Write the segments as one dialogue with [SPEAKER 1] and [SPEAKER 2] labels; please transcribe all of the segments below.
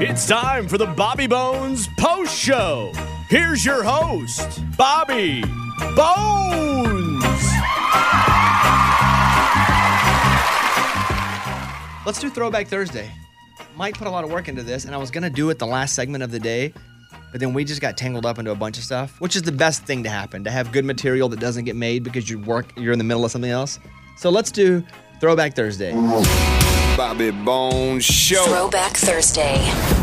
[SPEAKER 1] It's time for the Bobby Bones Post Show. Here's your host, Bobby Bones.
[SPEAKER 2] Let's do Throwback Thursday. Mike put a lot of work into this, and I was gonna do it the last segment of the day, but then we just got tangled up into a bunch of stuff, which is the best thing to happen to have good material that doesn't get made because you work you're in the middle of something else. So let's do Throwback Thursday.
[SPEAKER 3] Bobby Bones Show.
[SPEAKER 4] Throwback Thursday.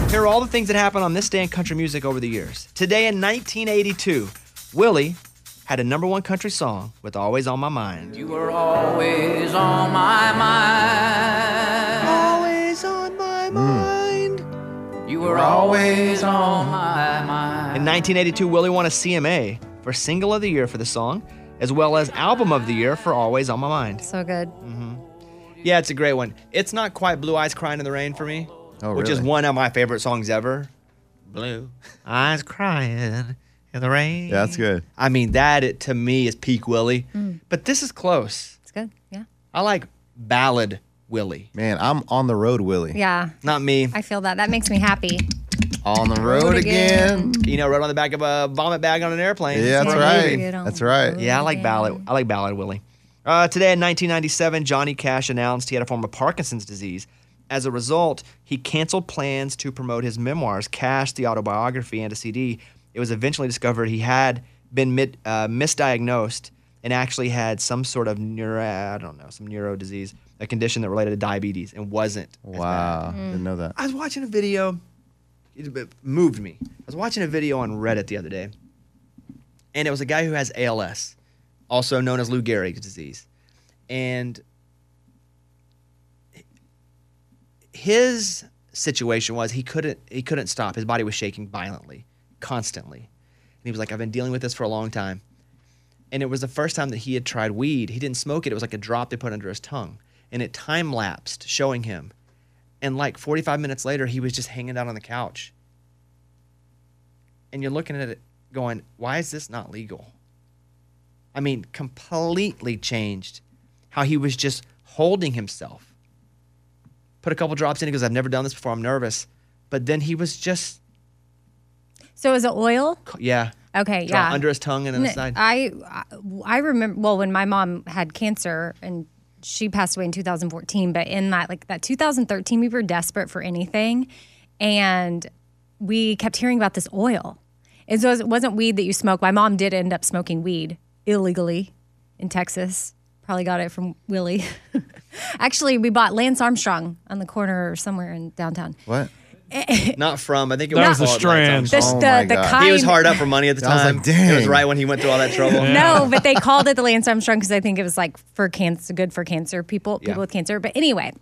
[SPEAKER 2] Here are all the things that happened on this day in country music over the years. Today in 1982, Willie had a number one country song with "Always on My Mind."
[SPEAKER 5] You were always on my mind.
[SPEAKER 2] Always on
[SPEAKER 6] Hmm.
[SPEAKER 2] my mind.
[SPEAKER 5] You were always on my mind.
[SPEAKER 2] In 1982, Willie won a CMA for Single of the Year for the song, as well as Album of the Year for Always on My Mind.
[SPEAKER 7] So good.
[SPEAKER 6] Mm.
[SPEAKER 2] Yeah, it's a great one. It's not quite Blue Eyes Crying in the Rain for me,
[SPEAKER 6] Oh,
[SPEAKER 2] which is
[SPEAKER 6] really?
[SPEAKER 2] one of my favorite songs ever. Blue Eyes Crying in the Rain.
[SPEAKER 6] Yeah, that's good.
[SPEAKER 2] I mean, that it, to me is peak Willie, but this is close.
[SPEAKER 7] It's good. Yeah.
[SPEAKER 2] I like ballad Willie.
[SPEAKER 6] Man, I'm on the road, Willie.
[SPEAKER 7] Yeah.
[SPEAKER 2] Not me.
[SPEAKER 7] I feel that. That makes me happy.
[SPEAKER 6] On the road, again.
[SPEAKER 7] again.
[SPEAKER 2] You know, right on the back of a vomit bag on an airplane.
[SPEAKER 6] Yeah, that's
[SPEAKER 7] Yeah,
[SPEAKER 6] right.
[SPEAKER 7] get on
[SPEAKER 6] That's
[SPEAKER 7] the
[SPEAKER 6] right.
[SPEAKER 2] Yeah, I like ballad. I like ballad Willie. Uh, today in 1997, Johnny Cash announced he had a form of Parkinson's disease. As a result, he canceled plans to promote his memoirs, Cash, the autobiography, and a CD. It was eventually discovered he had been mid, uh, misdiagnosed and actually had some sort of neuro, I don't know, some neuro disease, a condition that related to diabetes and wasn't. as bad.
[SPEAKER 6] Wow. Didn't know that.
[SPEAKER 2] I was watching a video. It it moved me. I was watching a video on Reddit the other day, and it was a guy who has ALS, also known as Lou Gehrig's disease, and his situation was he couldn't he couldn't stop. His body was shaking violently, constantly, and he was like, "I've been dealing with this for a long time." and it was the first time that he had tried weed. He didn't smoke it. It was like a drop they put under his tongue. And it time lapsed showing him. And like 45 minutes later, he was just hanging out on the couch. And you're looking at it going, why is this not legal? I mean, completely changed how he was just holding himself. Put a couple drops in, he goes, I've never done this before. I'm nervous. But then he was just,
[SPEAKER 7] So is it oil?
[SPEAKER 2] yeah,
[SPEAKER 7] Okay.
[SPEAKER 2] dro-
[SPEAKER 7] Yeah.
[SPEAKER 2] under his tongue and then the side.
[SPEAKER 7] I I remember well when my mom had cancer and she passed away in 2014, but in that like that 2013 we were desperate for anything and we kept hearing about this oil. And so it wasn't weed that you smoke. My mom did end up smoking weed illegally in Texas. Probably got it from Willie. Actually, we bought Lance Armstrong on the corner or somewhere in downtown.
[SPEAKER 6] What?
[SPEAKER 2] Not from, I think it
[SPEAKER 8] That
[SPEAKER 2] was
[SPEAKER 8] was the
[SPEAKER 2] called Lights Out.
[SPEAKER 8] Strand.
[SPEAKER 7] The,
[SPEAKER 6] Oh my
[SPEAKER 7] the, the
[SPEAKER 6] God.
[SPEAKER 7] kind
[SPEAKER 2] He was hard up for money at the
[SPEAKER 6] I was
[SPEAKER 2] time.
[SPEAKER 6] like,
[SPEAKER 2] It was
[SPEAKER 6] dang.
[SPEAKER 2] right when he went through all that trouble.
[SPEAKER 7] No, but they called it the Lance Armstrong because I think it was like for cancer, good for cancer people, people
[SPEAKER 2] Yeah.
[SPEAKER 7] with cancer. But anyway,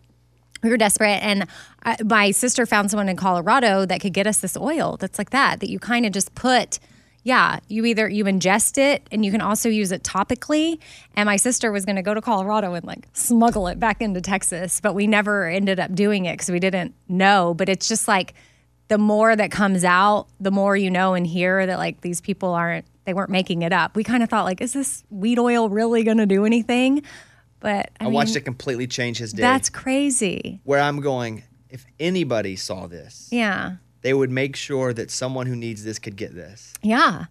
[SPEAKER 7] we were desperate, and I, my sister found someone in Colorado that could get us this oil that's like that that you kind of just put. Yeah, you either you ingest it, and you can also use it topically. And my sister was going to go to Colorado and like smuggle it back into Texas, but we never ended up doing it because we didn't know. But it's just like the more that comes out, the more you know and hear that like these people aren't they weren't making it up. We kind of thought like, is this weed oil really going to do anything? But
[SPEAKER 2] I
[SPEAKER 7] I, mean,
[SPEAKER 2] watched it completely change his day.
[SPEAKER 7] That's crazy.
[SPEAKER 2] where I'm going. If anybody saw this,
[SPEAKER 7] Yeah,
[SPEAKER 2] they would make sure that someone who needs this could get this.
[SPEAKER 7] yeah,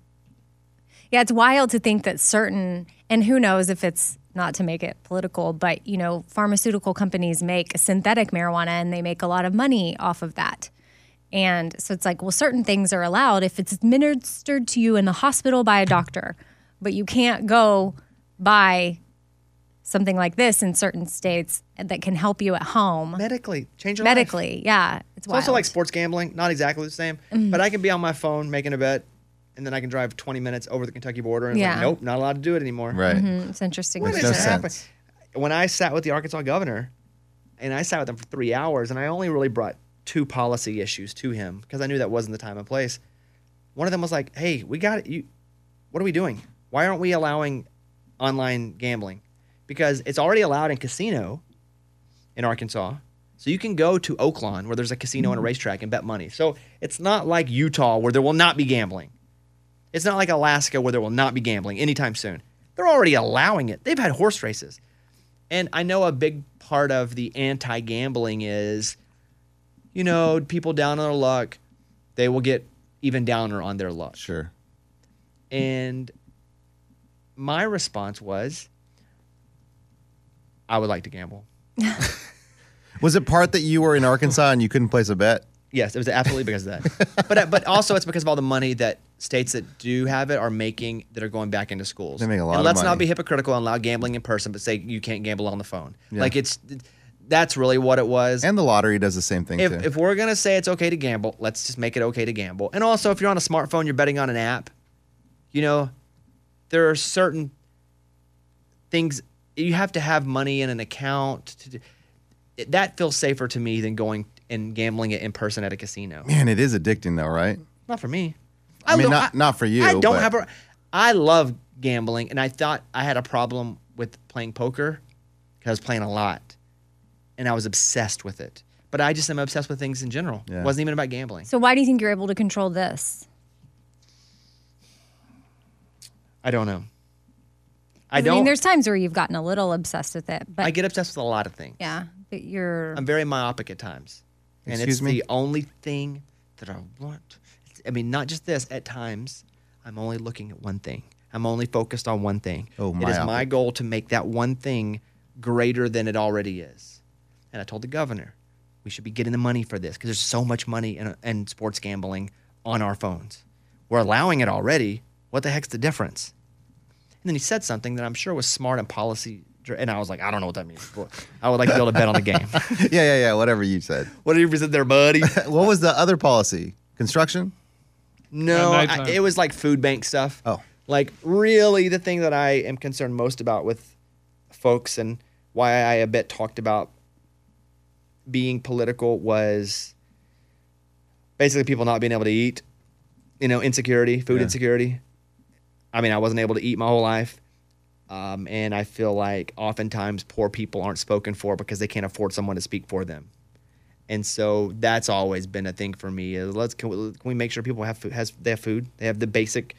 [SPEAKER 7] yeah. It's wild to think that certain and who knows if it's not to make it political, but you know, pharmaceutical companies make synthetic marijuana and they make a lot of money off of that. And so it's like, well, certain things are allowed if it's administered to you in the hospital by a doctor, but you can't go buy something like this in certain states that can help you at home
[SPEAKER 2] Medically, change your life.
[SPEAKER 7] medically. Yeah, it's
[SPEAKER 2] It's
[SPEAKER 7] wild. Mm-hmm.
[SPEAKER 2] also like sports gambling, not exactly the same, but I can be on my phone making a bet, and then I can drive 20 minutes over the Kentucky border, and it's like,
[SPEAKER 7] Yeah.
[SPEAKER 2] nope, not allowed to do it anymore.
[SPEAKER 6] Right.
[SPEAKER 7] Mm, it's interesting.
[SPEAKER 2] What
[SPEAKER 6] Makes
[SPEAKER 2] is
[SPEAKER 6] no
[SPEAKER 2] that
[SPEAKER 6] sense.
[SPEAKER 2] happen- When I sat with the Arkansas governor, and I sat with him for three hours, and I only really brought two policy issues to him because I knew that wasn't the time and place. One of them was like, "Hey, we got it. You, what are we doing? Why aren't we allowing online gambling? Because it's already allowed in casino in Arkansas." So you can go to Oaklawn where there's a casino and a racetrack and bet money. So it's not like Utah where there will not be gambling. It's not like Alaska where there will not be gambling anytime soon. They're already allowing it. They've had horse races. And I know a big part of the anti gambling is you know, people down on their luck, they will get even downer on their luck.
[SPEAKER 6] Sure.
[SPEAKER 2] And my response was, I would like to gamble.
[SPEAKER 6] Was it part that you were in Arkansas and you couldn't place a bet?
[SPEAKER 2] Yes, it was absolutely because of that. but uh, but also it's because of all the money that states that do have it are making that are going back into schools.
[SPEAKER 6] They make a lot
[SPEAKER 2] And
[SPEAKER 6] of
[SPEAKER 2] let's
[SPEAKER 6] money.
[SPEAKER 2] not be hypocritical and allow gambling in person, but say you can't gamble on the phone. Like it's that's really what it was.
[SPEAKER 6] And the lottery does the same thing
[SPEAKER 2] if,
[SPEAKER 6] too.
[SPEAKER 2] if we're gonna say it's okay to gamble, let's just make it okay to gamble. And also, if you're on a smartphone, you're betting on an app. You know, there are certain things you have to have money in an account. To, do- that feels safer to me than going and gambling it in person at a casino.
[SPEAKER 6] Man, it is addicting though, right?
[SPEAKER 2] Not for me.
[SPEAKER 6] I mean,
[SPEAKER 2] lo-
[SPEAKER 6] not- not for you,
[SPEAKER 2] I don't
[SPEAKER 6] but-
[SPEAKER 2] have a. I love gambling, and I thought I had a problem with playing poker because I was playing a lot, and I was obsessed with it. But I just am obsessed with things in general.
[SPEAKER 6] Yeah.
[SPEAKER 2] It wasn't even about gambling.
[SPEAKER 7] So why do you think you're able to control this?
[SPEAKER 2] I don't know. I
[SPEAKER 7] 'Cause,
[SPEAKER 2] don't. I,
[SPEAKER 7] mean, there's times where you've gotten a little obsessed with it, but
[SPEAKER 2] get obsessed with a lot of things.
[SPEAKER 7] yeah, but you're
[SPEAKER 2] I'm very myopic at times, and
[SPEAKER 6] Excuse
[SPEAKER 2] it's
[SPEAKER 6] me?
[SPEAKER 2] the only thing that I want. It's- I mean, not just this. At times, I'm only looking at one thing. I'm only focused on one thing.
[SPEAKER 6] Oh,
[SPEAKER 2] it is my
[SPEAKER 6] myopic.
[SPEAKER 2] goal to make that one thing greater than it already is. And I told the governor, we should be getting the money for this because there's so much money in, in sports gambling on our phones. We're allowing it already. What the heck's the difference? And then he said something that I'm sure was smart and policy. dri- And I was like, I don't know what that means. but I would like to be able to bet on the game.
[SPEAKER 6] yeah, yeah, yeah. Whatever you said.
[SPEAKER 2] What did he present there, buddy?
[SPEAKER 6] What was the other policy? Construction?
[SPEAKER 2] no,
[SPEAKER 4] At
[SPEAKER 2] I,
[SPEAKER 4] nighttime.
[SPEAKER 2] it was like food bank stuff.
[SPEAKER 6] Oh.
[SPEAKER 2] Like, really, the thing that I am concerned most about with folks and why I a bit talked about being political was basically people not being able to eat, you know, insecurity, food insecurity. I mean, I wasn't able to eat my whole life. Um, and I feel like oftentimes poor people aren't spoken for because they can't afford someone to speak for them. And so that's always been a thing for me. Is let's can we, can we make sure people have food, has they have food, they have the basic,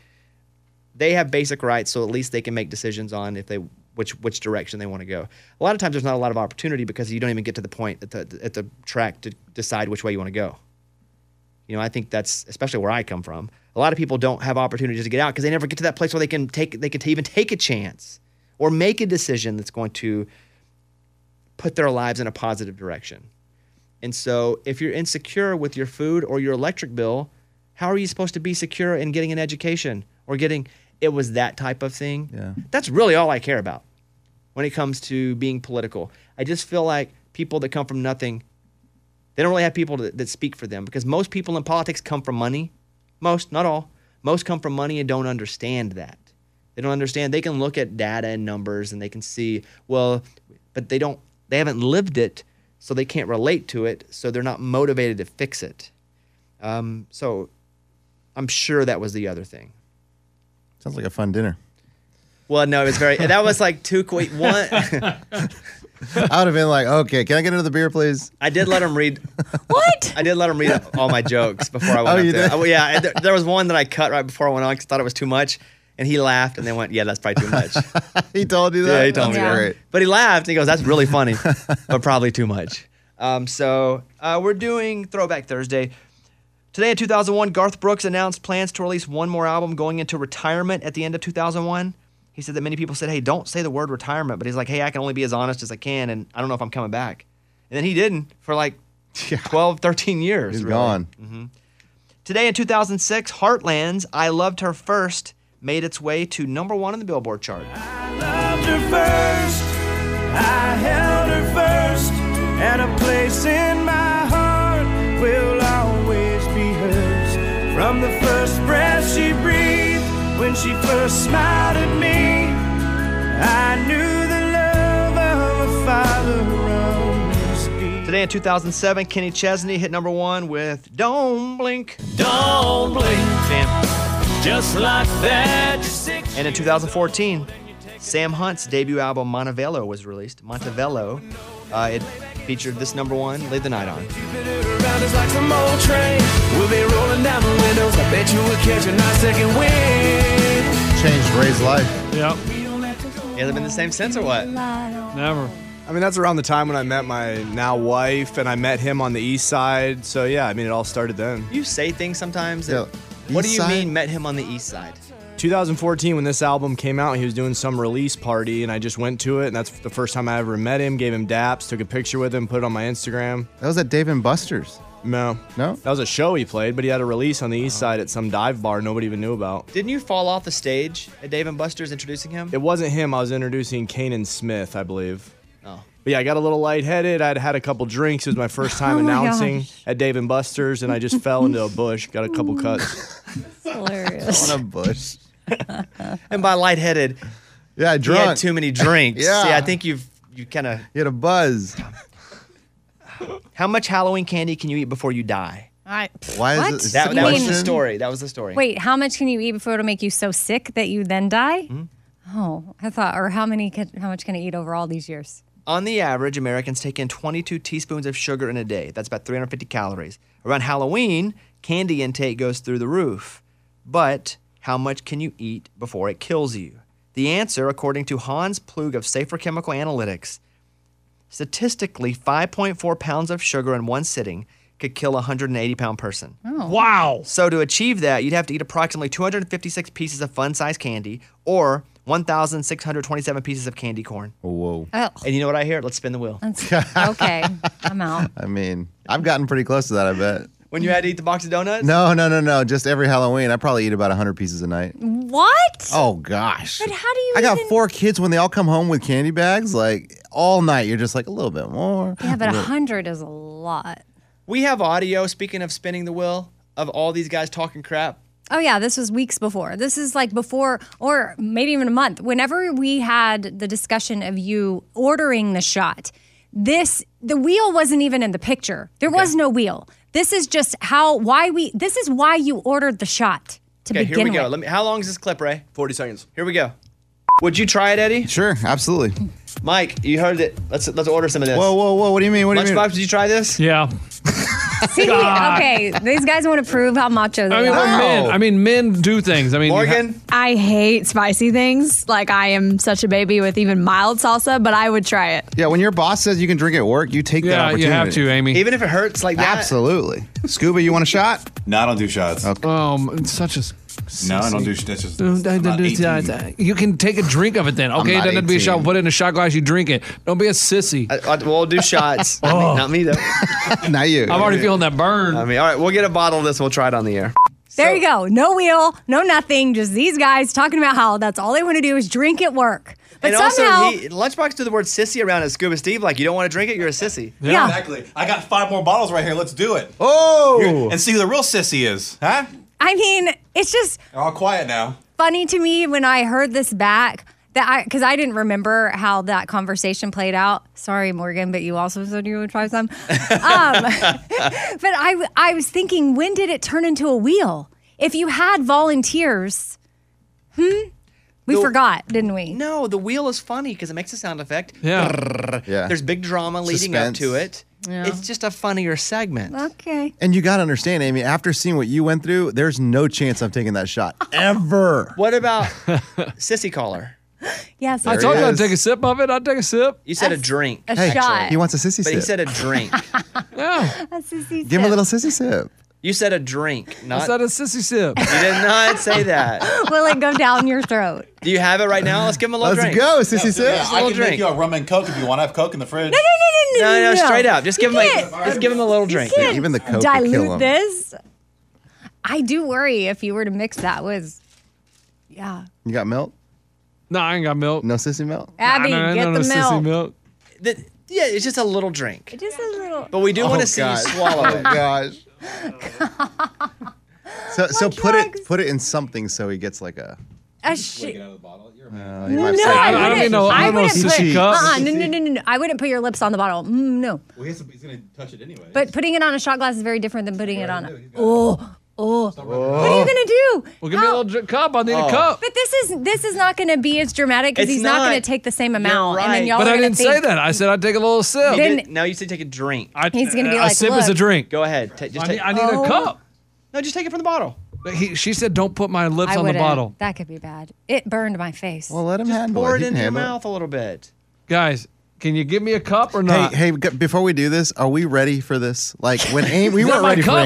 [SPEAKER 2] they have basic rights, so at least they can make decisions on if they which which direction they want to go. A lot of times there's not a lot of opportunity because you don't even get to the point at the at the track to decide which way you want to go. You know, I think that's especially where I come from. A lot of people don't have opportunities to get out because they never get to that place where they can take they can t- even take a chance or make a decision that's going to put their lives in a positive direction. And so, if you're insecure with your food or your electric bill, how are you supposed to be secure in getting an education or getting it was that type of thing?
[SPEAKER 6] Yeah.
[SPEAKER 2] That's really all I care about when it comes to being political. I just feel like people that come from nothing, they don't really have people that, that speak for them because most people in politics come from money. Most, not all. Most come from money and don't understand that. They don't understand. They can look at data and numbers and they can see, well, but they don't, they haven't lived it, so they can't relate to it, so they're not motivated to fix it. Um, so I'm sure that was the other thing.
[SPEAKER 6] Sounds like a fun dinner.
[SPEAKER 2] Well, no, it was very, that was like two quick, one.
[SPEAKER 6] I would have been like, okay, can I get another beer, please?
[SPEAKER 2] I did let him read
[SPEAKER 7] what?
[SPEAKER 2] I did let him read all my jokes before I went
[SPEAKER 6] Oh,
[SPEAKER 2] up
[SPEAKER 6] you
[SPEAKER 2] there.
[SPEAKER 6] did?
[SPEAKER 2] Oh, yeah, and there, there was one that I cut right before I went on because I thought it was too much, and he laughed and then went, "Yeah, that's probably too much."
[SPEAKER 6] He told you that.
[SPEAKER 2] Yeah, he told me
[SPEAKER 6] That's
[SPEAKER 7] that.
[SPEAKER 6] Great.
[SPEAKER 2] but he laughed and he goes, "That's really funny, but probably too much." Um, so uh, we're doing Throwback Thursday. Today in 2001, Garth Brooks announced plans to release one more album going into retirement at the end of 2001. He said that many people said, "Hey, don't say the word retirement," but he's like, "Hey, I can only be as honest as I can, and I don't know if I'm coming back." And then he didn't for like 12, 13 years.
[SPEAKER 6] He's
[SPEAKER 2] really.
[SPEAKER 6] gone.
[SPEAKER 2] Today in 2006, Heartland's I Loved Her First made its way to number one on the Billboard chart.
[SPEAKER 8] loved her first. I held her first, and a place in my heart will always be hers. From the first breath she breathed, when she first smiled at me, I knew the love of a father runs deep.
[SPEAKER 2] Today in 2007, Kenny Chesney hit number one with Don't Blink.
[SPEAKER 8] Don't blink,
[SPEAKER 2] Bam.
[SPEAKER 8] just like that. You're six
[SPEAKER 2] And in 2014, Sam Hunt's debut album Montevelo was released. Montevelo, uh, it featured this number one, Leave the Night On.
[SPEAKER 8] around us like some old train. We'll be rolling down the windows. I bet you will catch a nice second wind.
[SPEAKER 2] Mm-hmm.
[SPEAKER 6] Changed Ray's life.
[SPEAKER 4] Yep.
[SPEAKER 2] Yeah, they've been the same since or what?
[SPEAKER 4] Never. I mean, that's around the time when I met my now wife, and I met him on the east side. So yeah, I mean, it all started then.
[SPEAKER 2] You say things sometimes. that-
[SPEAKER 6] Yeah.
[SPEAKER 2] What do
[SPEAKER 6] East
[SPEAKER 2] you
[SPEAKER 6] side?
[SPEAKER 2] mean met him on the east side?
[SPEAKER 4] 2014, when this album came out, he was doing some release party, and I just went to it, and that's the first time I ever met him. Gave him daps, took a picture with him, put it on my Instagram.
[SPEAKER 6] That was at Dave and Buster's.
[SPEAKER 4] No,
[SPEAKER 6] No?
[SPEAKER 4] that was a show he played, but he had a release on the east side at some dive bar nobody even knew about.
[SPEAKER 2] Didn't you fall off the stage at Dave and Buster's introducing him?
[SPEAKER 4] It wasn't him. I was introducing Kanan Smith, I believe.
[SPEAKER 2] Oh.
[SPEAKER 4] But yeah, I got a little lightheaded. I'd had a couple drinks. It was my first time
[SPEAKER 7] Oh my
[SPEAKER 4] announcing
[SPEAKER 7] gosh.
[SPEAKER 4] at Dave and Buster's, and I just fell into a bush. Got a couple cuts.
[SPEAKER 7] Hilarious.
[SPEAKER 6] On a bush.
[SPEAKER 2] And by lightheaded,
[SPEAKER 6] Yeah,
[SPEAKER 2] you
[SPEAKER 6] drunk.
[SPEAKER 2] had too many drinks.
[SPEAKER 6] Yeah.
[SPEAKER 2] See, I think you've you kind of.
[SPEAKER 6] You had a buzz.
[SPEAKER 2] How much Halloween candy can you eat before you die?
[SPEAKER 7] I,
[SPEAKER 6] Why is
[SPEAKER 7] what?
[SPEAKER 6] it- is
[SPEAKER 2] That,
[SPEAKER 6] The
[SPEAKER 2] that was the
[SPEAKER 6] question?
[SPEAKER 2] story. That was the story.
[SPEAKER 7] Wait, how much can you eat before it'll make you so sick that you then die?
[SPEAKER 2] Hmm?
[SPEAKER 7] Oh, I thought, or how many? Can, how much can I eat over all these years?
[SPEAKER 2] On the average, Americans take in 22 teaspoons of sugar in a day. That's about 350 calories. Around Halloween, candy intake goes through the roof. But how much can you eat before it kills you? The answer, according to Hans Plug of Safer Chemical Analytics, statistically, 5.4 pounds of sugar in one sitting could kill a 180 pound person. So to achieve that, you'd have to eat approximately 256 pieces of fun size candy or 1,627 pieces of candy corn.
[SPEAKER 6] Whoa.
[SPEAKER 7] Oh,
[SPEAKER 2] And you know what I hear? Let's spin the wheel.
[SPEAKER 7] that's- okay, I'm out.
[SPEAKER 6] I mean, I've gotten pretty close to that, I bet.
[SPEAKER 2] When you had to eat the box of donuts?
[SPEAKER 6] No, no, no, no. Just every Halloween, I probably eat about 100 pieces a night.
[SPEAKER 7] What?
[SPEAKER 6] Oh, gosh. But
[SPEAKER 7] Mm. how do you
[SPEAKER 6] I got
[SPEAKER 7] even-
[SPEAKER 6] four kids when they all come home with candy bags. Like, all night, you're just like, a little bit more.
[SPEAKER 7] yeah, but a hundred is a lot.
[SPEAKER 2] We have audio, speaking of spinning the wheel, of all these guys talking crap.
[SPEAKER 7] Oh yeah, this was weeks before. This is like before, or maybe even a month. Whenever we had the discussion of you ordering the shot, this the wheel wasn't even in the picture. There was no wheel. This is just how why we. This is why you ordered the shot to
[SPEAKER 2] Okay,
[SPEAKER 7] begin
[SPEAKER 2] here we
[SPEAKER 7] with.
[SPEAKER 2] go. Let me how long is this clip, Ray?
[SPEAKER 4] 40 seconds.
[SPEAKER 2] Here we go. Would you try it, Eddie?
[SPEAKER 6] Sure, absolutely.
[SPEAKER 2] Mike, you heard it. Let's let's order some of this.
[SPEAKER 6] Whoa, whoa, whoa. What do you mean? What do you mean?
[SPEAKER 2] Lunchbox, did you try this?
[SPEAKER 9] Yeah.
[SPEAKER 7] See, okay, these guys want to prove how macho
[SPEAKER 9] I
[SPEAKER 7] they
[SPEAKER 9] mean,
[SPEAKER 7] are.
[SPEAKER 9] we're men. I mean, men do things. I mean, you ha-
[SPEAKER 2] Morgan?
[SPEAKER 10] I hate spicy things. Like I am such a baby with even mild salsa, but I would try it.
[SPEAKER 6] Yeah, when your boss says you can drink at work, you take that
[SPEAKER 9] yeah,
[SPEAKER 6] opportunity.
[SPEAKER 9] you have to, Amy.
[SPEAKER 2] Even if it hurts like that.
[SPEAKER 6] Absolutely. Scuba, you want a shot?
[SPEAKER 11] No, I don't do shots.
[SPEAKER 9] um, it's such a. s-
[SPEAKER 11] No, I don't do
[SPEAKER 9] sissy.
[SPEAKER 11] shots. That's just-
[SPEAKER 9] Don't-
[SPEAKER 11] I'm
[SPEAKER 9] don't
[SPEAKER 11] not
[SPEAKER 9] do
[SPEAKER 11] 18.
[SPEAKER 9] that. You can take a drink of it then. Okay,
[SPEAKER 6] not
[SPEAKER 9] doesn't have to be a
[SPEAKER 6] 18.
[SPEAKER 9] shot. Put it in a shot glass. You drink it. Don't be a sissy. I,
[SPEAKER 2] I, I, we'll do shots.
[SPEAKER 6] Oh.
[SPEAKER 2] Not me- Not me though.
[SPEAKER 6] Not you.
[SPEAKER 9] am already feeling that burn.
[SPEAKER 2] I mean, all right, we'll get a bottle of this. We'll try it on the air.
[SPEAKER 7] There you go. No wheel, no nothing. Just these guys talking about how that's all they want to do is drink at work. But
[SPEAKER 2] and
[SPEAKER 7] somehow,
[SPEAKER 2] also, he, Lunchbox threw the word sissy around at Scuba Steve like, you don't want to drink it, you're a sissy.
[SPEAKER 7] yeah.
[SPEAKER 11] Exactly. I got five more bottles right here. Let's do it.
[SPEAKER 6] Oh!
[SPEAKER 11] And see who the real sissy is, huh?
[SPEAKER 7] I mean, it's just
[SPEAKER 11] They're all quiet now.
[SPEAKER 7] funny to me when I heard this back that I because I didn't remember how that conversation played out. Sorry, Morgan, but you also said you would try some. Um, but I w- I was thinking, when did it turn into a wheel? If you had volunteers, hmm, we
[SPEAKER 2] No.
[SPEAKER 7] forgot, didn't we?
[SPEAKER 2] No, the wheel is funny because it makes a sound effect.
[SPEAKER 9] yeah.
[SPEAKER 6] Yeah.
[SPEAKER 2] There's big drama leading
[SPEAKER 6] Suspense.
[SPEAKER 2] up to it. It's just a funnier segment.
[SPEAKER 7] Okay.
[SPEAKER 6] and you got to understand, Amy, after seeing what you went through, there's no chance I'm taking that shot ever.
[SPEAKER 2] What about sissy caller?
[SPEAKER 7] Yes.
[SPEAKER 9] I
[SPEAKER 7] a
[SPEAKER 9] told you I'd
[SPEAKER 6] is.
[SPEAKER 9] take a sip of it. I'd take a sip.
[SPEAKER 2] You said a drink,
[SPEAKER 7] a shot.
[SPEAKER 6] He wants a sissy
[SPEAKER 2] but
[SPEAKER 6] sip.
[SPEAKER 2] he said a drink.
[SPEAKER 9] Yeah.
[SPEAKER 7] A sissy
[SPEAKER 6] Give him a
[SPEAKER 7] sip.
[SPEAKER 6] little sissy sip.
[SPEAKER 2] you said a drink,
[SPEAKER 9] I
[SPEAKER 2] not.
[SPEAKER 9] said a sissy sip.
[SPEAKER 2] you did not say that.
[SPEAKER 7] Will it go down your throat?
[SPEAKER 2] Do you have it right now? Let's give him a little
[SPEAKER 6] Let's
[SPEAKER 2] drink.
[SPEAKER 6] go, sissy sip.
[SPEAKER 11] Yeah, I
[SPEAKER 2] little
[SPEAKER 11] can
[SPEAKER 2] drink.
[SPEAKER 11] make you a rum and coke if you want. I have coke in the fridge.
[SPEAKER 7] No,
[SPEAKER 2] No, no, straight up. Just
[SPEAKER 7] You
[SPEAKER 2] give him a,
[SPEAKER 7] can't.
[SPEAKER 2] just give him a little drink.
[SPEAKER 7] can't
[SPEAKER 6] even the Coke would kill
[SPEAKER 7] dilute
[SPEAKER 6] him.
[SPEAKER 7] this. I do worry if you were to mix that with, yeah,
[SPEAKER 6] You got milk?
[SPEAKER 9] No, I ain't got milk.
[SPEAKER 6] No sissy milk?
[SPEAKER 7] Abby,
[SPEAKER 9] no, no,
[SPEAKER 7] get
[SPEAKER 9] no,
[SPEAKER 7] the
[SPEAKER 9] sissy
[SPEAKER 7] milk.
[SPEAKER 9] milk.
[SPEAKER 2] The- yeah, it's just a little drink.
[SPEAKER 7] Just a little.
[SPEAKER 2] But we do want to
[SPEAKER 6] Oh,
[SPEAKER 2] see
[SPEAKER 6] God.
[SPEAKER 2] you swallow
[SPEAKER 6] Oh
[SPEAKER 2] it.
[SPEAKER 6] gosh. so so put
[SPEAKER 7] drugs.
[SPEAKER 6] it put it in something so he gets like a.
[SPEAKER 7] A sh-
[SPEAKER 6] Uh, he might
[SPEAKER 7] no,
[SPEAKER 6] say-
[SPEAKER 7] I
[SPEAKER 9] don't
[SPEAKER 7] wouldn't.
[SPEAKER 9] even know- I
[SPEAKER 7] I
[SPEAKER 9] don't know
[SPEAKER 7] wouldn't
[SPEAKER 9] sissy
[SPEAKER 7] put.
[SPEAKER 9] cup.
[SPEAKER 7] Uh-uh, no, no, no, no, no. I wouldn't put your lips on the bottle. Mm, no.
[SPEAKER 11] Well, he's, he's gonna touch it anyway.
[SPEAKER 7] But putting it on a shot glass is very different than putting it on. A, oh, oh. What are you gonna do?
[SPEAKER 9] Well, give me a
[SPEAKER 7] How-
[SPEAKER 9] little dri- cup. I need
[SPEAKER 2] Oh.
[SPEAKER 9] a cup.
[SPEAKER 7] But this is this is not gonna be as dramatic because
[SPEAKER 2] It's
[SPEAKER 7] he's not,
[SPEAKER 2] not.
[SPEAKER 7] gonna take the same amount, and
[SPEAKER 2] right.
[SPEAKER 7] then y'all
[SPEAKER 9] But
[SPEAKER 7] are
[SPEAKER 9] I
[SPEAKER 7] gonna
[SPEAKER 9] didn't
[SPEAKER 7] think
[SPEAKER 9] say that. I said I'd take a little sip.
[SPEAKER 7] Then-
[SPEAKER 2] Did- now you say take a drink.
[SPEAKER 9] I,
[SPEAKER 7] He's gonna be
[SPEAKER 9] a
[SPEAKER 7] like,
[SPEAKER 9] sip is a
[SPEAKER 7] "Look."
[SPEAKER 9] drink.
[SPEAKER 2] Go ahead. Ta- just
[SPEAKER 9] I
[SPEAKER 2] take,
[SPEAKER 9] need, I need
[SPEAKER 7] Oh.
[SPEAKER 9] a cup.
[SPEAKER 2] no, just take it from the bottle.
[SPEAKER 9] But He, she said, don't put my lips
[SPEAKER 7] I
[SPEAKER 9] on the
[SPEAKER 7] wouldn't.
[SPEAKER 9] bottle.
[SPEAKER 7] That could be bad. It burned my face.
[SPEAKER 6] Well, let him handle
[SPEAKER 2] Pour
[SPEAKER 6] it.
[SPEAKER 2] it
[SPEAKER 6] He can
[SPEAKER 2] into your
[SPEAKER 6] handle it.
[SPEAKER 2] mouth a little bit.
[SPEAKER 9] Guys, Can you give me a cup or not?
[SPEAKER 6] Hey, hey, g- before we do this, are we ready for this? Like when Amy, we
[SPEAKER 9] Is that
[SPEAKER 6] weren't
[SPEAKER 9] my
[SPEAKER 6] ready for
[SPEAKER 9] cup?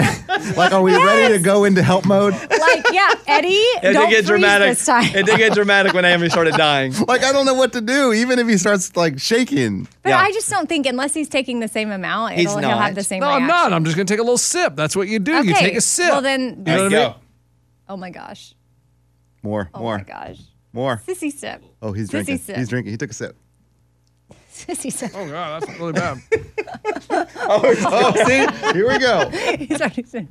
[SPEAKER 6] Amy. like, are we ready to go into help mode?
[SPEAKER 7] Like, yeah, Eddie,
[SPEAKER 2] It did get
[SPEAKER 7] don't freeze
[SPEAKER 2] dramatic.
[SPEAKER 7] this time.
[SPEAKER 2] It did get dramatic when Amy started dying.
[SPEAKER 6] Like, I don't know what to do, even if he starts like shaking.
[SPEAKER 7] But I just don't think unless he's taking the same amount,
[SPEAKER 6] He's
[SPEAKER 7] it'll, he'll have
[SPEAKER 6] not.
[SPEAKER 7] the same.
[SPEAKER 9] no,
[SPEAKER 7] reaction.
[SPEAKER 9] I'm not. I'm just gonna take a little sip. That's what you do. You
[SPEAKER 7] Okay,
[SPEAKER 9] take a sip.
[SPEAKER 7] well then-
[SPEAKER 9] you know what I mean?
[SPEAKER 7] Oh my gosh.
[SPEAKER 6] More,
[SPEAKER 7] Oh
[SPEAKER 6] more,
[SPEAKER 7] my gosh.
[SPEAKER 6] more.
[SPEAKER 7] Sissy sip.
[SPEAKER 6] Oh, he's
[SPEAKER 7] Sissy
[SPEAKER 6] drinking.
[SPEAKER 7] sip.
[SPEAKER 6] He's drinking. He took a sip.
[SPEAKER 7] Sissy sip.
[SPEAKER 9] Oh god, that's really bad.
[SPEAKER 6] Oh, see, here we go.
[SPEAKER 7] he's already said.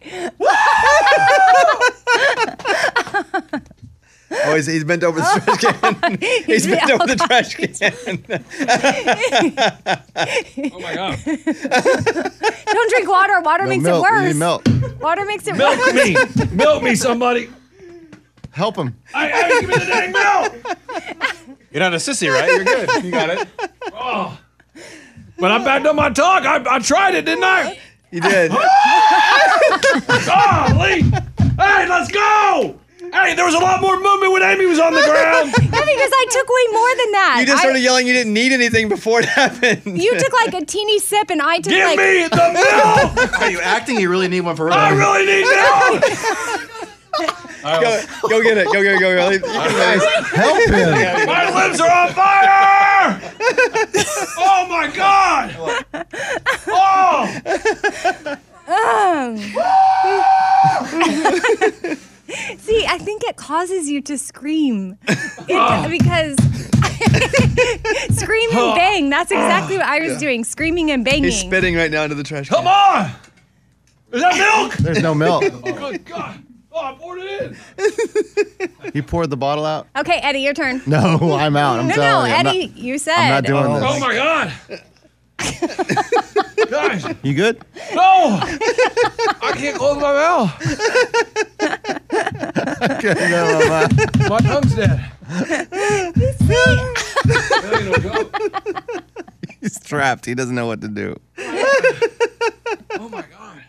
[SPEAKER 6] Oh, he's, he's bent over the trash can.
[SPEAKER 7] He's bent over the
[SPEAKER 6] trash can.
[SPEAKER 9] Oh my god.
[SPEAKER 7] Don't drink water. Water
[SPEAKER 6] No,
[SPEAKER 7] makes
[SPEAKER 6] milk.
[SPEAKER 7] it
[SPEAKER 6] You need
[SPEAKER 7] worse.
[SPEAKER 6] milk.
[SPEAKER 7] Water makes it
[SPEAKER 9] Milk
[SPEAKER 7] worse.
[SPEAKER 9] me. Milk me, somebody.
[SPEAKER 6] Help him.
[SPEAKER 9] I, I give me the dang milk.
[SPEAKER 11] You're not a sissy, right? You're good. You got it.
[SPEAKER 9] Oh. But I backed up my talk. I, I tried it, didn't I?
[SPEAKER 6] You did.
[SPEAKER 9] Golly. Hey, let's go. Hey, there was a lot more movement when Amy was on the ground.
[SPEAKER 7] yeah, because I took way more than that.
[SPEAKER 2] You just
[SPEAKER 7] I-
[SPEAKER 2] started yelling you didn't need anything before it happened.
[SPEAKER 7] You took like a teeny sip, and I took
[SPEAKER 9] Give
[SPEAKER 7] like.
[SPEAKER 9] me the milk.
[SPEAKER 11] Are you acting? You really need one for real.
[SPEAKER 9] I really need milk.
[SPEAKER 2] go, go get it. Go get it. Go get it.
[SPEAKER 6] Help him.
[SPEAKER 9] My lips are on fire. Oh my god. Oh.
[SPEAKER 7] Um. See, I think it causes you to scream it, because scream and bang. That's exactly what I was doing. Screaming and banging.
[SPEAKER 2] He's spitting right now into the trash can.
[SPEAKER 9] Come on. Is that milk?
[SPEAKER 6] There's no milk.
[SPEAKER 9] Good god. Oh, I poured it in.
[SPEAKER 6] He poured the bottle out.
[SPEAKER 7] Okay, Eddie, your turn.
[SPEAKER 6] No, I'm out. I'm
[SPEAKER 7] no,
[SPEAKER 6] telling
[SPEAKER 7] no,
[SPEAKER 6] you. I'm not-
[SPEAKER 7] Eddie, you said.
[SPEAKER 6] I'm not doing
[SPEAKER 9] Oh
[SPEAKER 6] this.
[SPEAKER 9] my god. Guys,
[SPEAKER 6] You good?
[SPEAKER 9] no! I can't close my mouth.
[SPEAKER 6] Okay, no, I'm out.
[SPEAKER 9] My tongue's dead.
[SPEAKER 6] He's trapped. He doesn't know what to do.
[SPEAKER 9] Oh my god.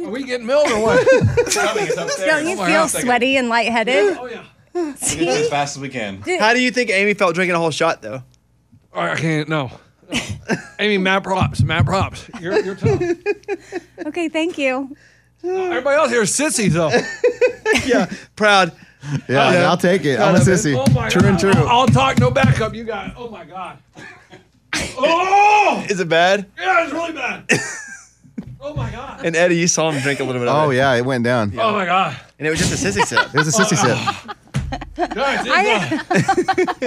[SPEAKER 9] Are we getting milled or what?
[SPEAKER 7] Don't you
[SPEAKER 9] Oh my
[SPEAKER 7] feel
[SPEAKER 9] God, second.
[SPEAKER 7] sweaty and lightheaded?
[SPEAKER 9] Oh yeah.
[SPEAKER 11] Get there as fast as we can.
[SPEAKER 2] How do you think Amy felt drinking a whole shot though?
[SPEAKER 9] All right, I can't. No. Amy, Matt props. Matt props. You're, you're tough.
[SPEAKER 7] Okay, thank you.
[SPEAKER 9] Everybody else here is sissy though.
[SPEAKER 2] Yeah, proud.
[SPEAKER 6] Oh, Yeah,
[SPEAKER 2] yeah.
[SPEAKER 6] I'll take it. I'm a sissy.
[SPEAKER 9] Oh my
[SPEAKER 6] true
[SPEAKER 9] god.
[SPEAKER 6] and true.
[SPEAKER 9] I'll, I'll talk. No backup. You got. Oh my god. Oh
[SPEAKER 2] Is it bad?
[SPEAKER 9] yeah, it's really bad. Oh my god.
[SPEAKER 2] And Eddie, you saw him drink a little bit of
[SPEAKER 6] Oh
[SPEAKER 2] it.
[SPEAKER 6] yeah, it went down.
[SPEAKER 9] Oh my god.
[SPEAKER 2] And it was just a sissy sip.
[SPEAKER 6] It was a sissy sip.
[SPEAKER 9] Guys, I,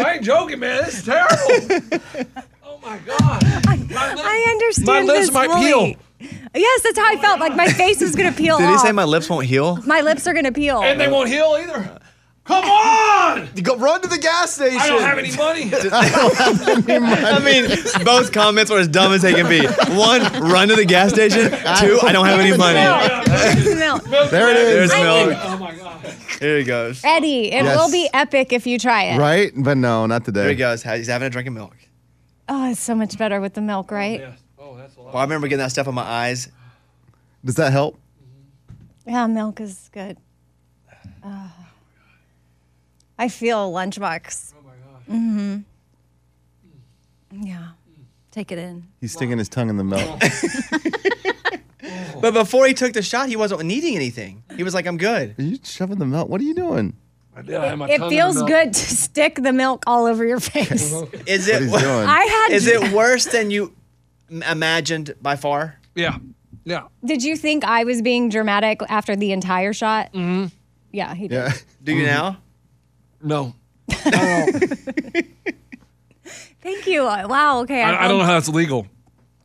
[SPEAKER 9] I ain't joking, man. This is terrible. oh my god. My lip-
[SPEAKER 7] I understand.
[SPEAKER 9] My lips
[SPEAKER 7] this
[SPEAKER 9] might
[SPEAKER 7] fully. Yes, that's how I felt. Like my face was gonna peel
[SPEAKER 2] Did he
[SPEAKER 7] off.
[SPEAKER 2] say my lips won't heal?
[SPEAKER 7] My lips are gonna peel.
[SPEAKER 9] and they won't heal either. Come on!
[SPEAKER 6] Go run to the gas station.
[SPEAKER 9] I don't have any money.
[SPEAKER 2] I mean, both comments were as dumb as they can be. One, run to the gas station. Two, I don't have any money.
[SPEAKER 7] No.
[SPEAKER 6] There it
[SPEAKER 2] There's
[SPEAKER 6] is.
[SPEAKER 7] I
[SPEAKER 2] milk.
[SPEAKER 9] Oh my god.
[SPEAKER 2] Here he goes.
[SPEAKER 7] Eddie, it
[SPEAKER 6] Yes.
[SPEAKER 7] will be epic if you try it.
[SPEAKER 6] Right? But no, not today.
[SPEAKER 2] There he goes. He's having a drink of milk.
[SPEAKER 7] Oh, it's so much better with the milk, right?
[SPEAKER 9] Yes. Oh, that's a lot.
[SPEAKER 2] Well, I remember getting that stuff on my eyes.
[SPEAKER 6] Does that help?
[SPEAKER 7] Yeah, milk is good. Ah. I feel lunchbox. Mm-hmm.
[SPEAKER 9] Oh my god.
[SPEAKER 7] Yeah. Take it in.
[SPEAKER 6] He's sticking his tongue in the milk.
[SPEAKER 2] But before he took the shot, he wasn't needing anything. He was like, I'm good.
[SPEAKER 6] Are you shoving the milk? What are you doing?
[SPEAKER 9] I did. I had my
[SPEAKER 7] It
[SPEAKER 9] tongue in the
[SPEAKER 7] feels
[SPEAKER 9] milk.
[SPEAKER 7] good to stick the milk all over your face.
[SPEAKER 2] Is
[SPEAKER 6] What
[SPEAKER 2] it
[SPEAKER 6] he's doing?
[SPEAKER 7] I had.
[SPEAKER 2] is it worse than you m- imagined by far?
[SPEAKER 9] Yeah. Yeah.
[SPEAKER 7] Did you think I was being dramatic after the entire shot? Mm-hmm. Yeah, he did.
[SPEAKER 6] yeah.
[SPEAKER 2] Do you now?
[SPEAKER 9] No.
[SPEAKER 7] Thank you. Uh, Wow. Okay.
[SPEAKER 9] I, I don't know how that's legal.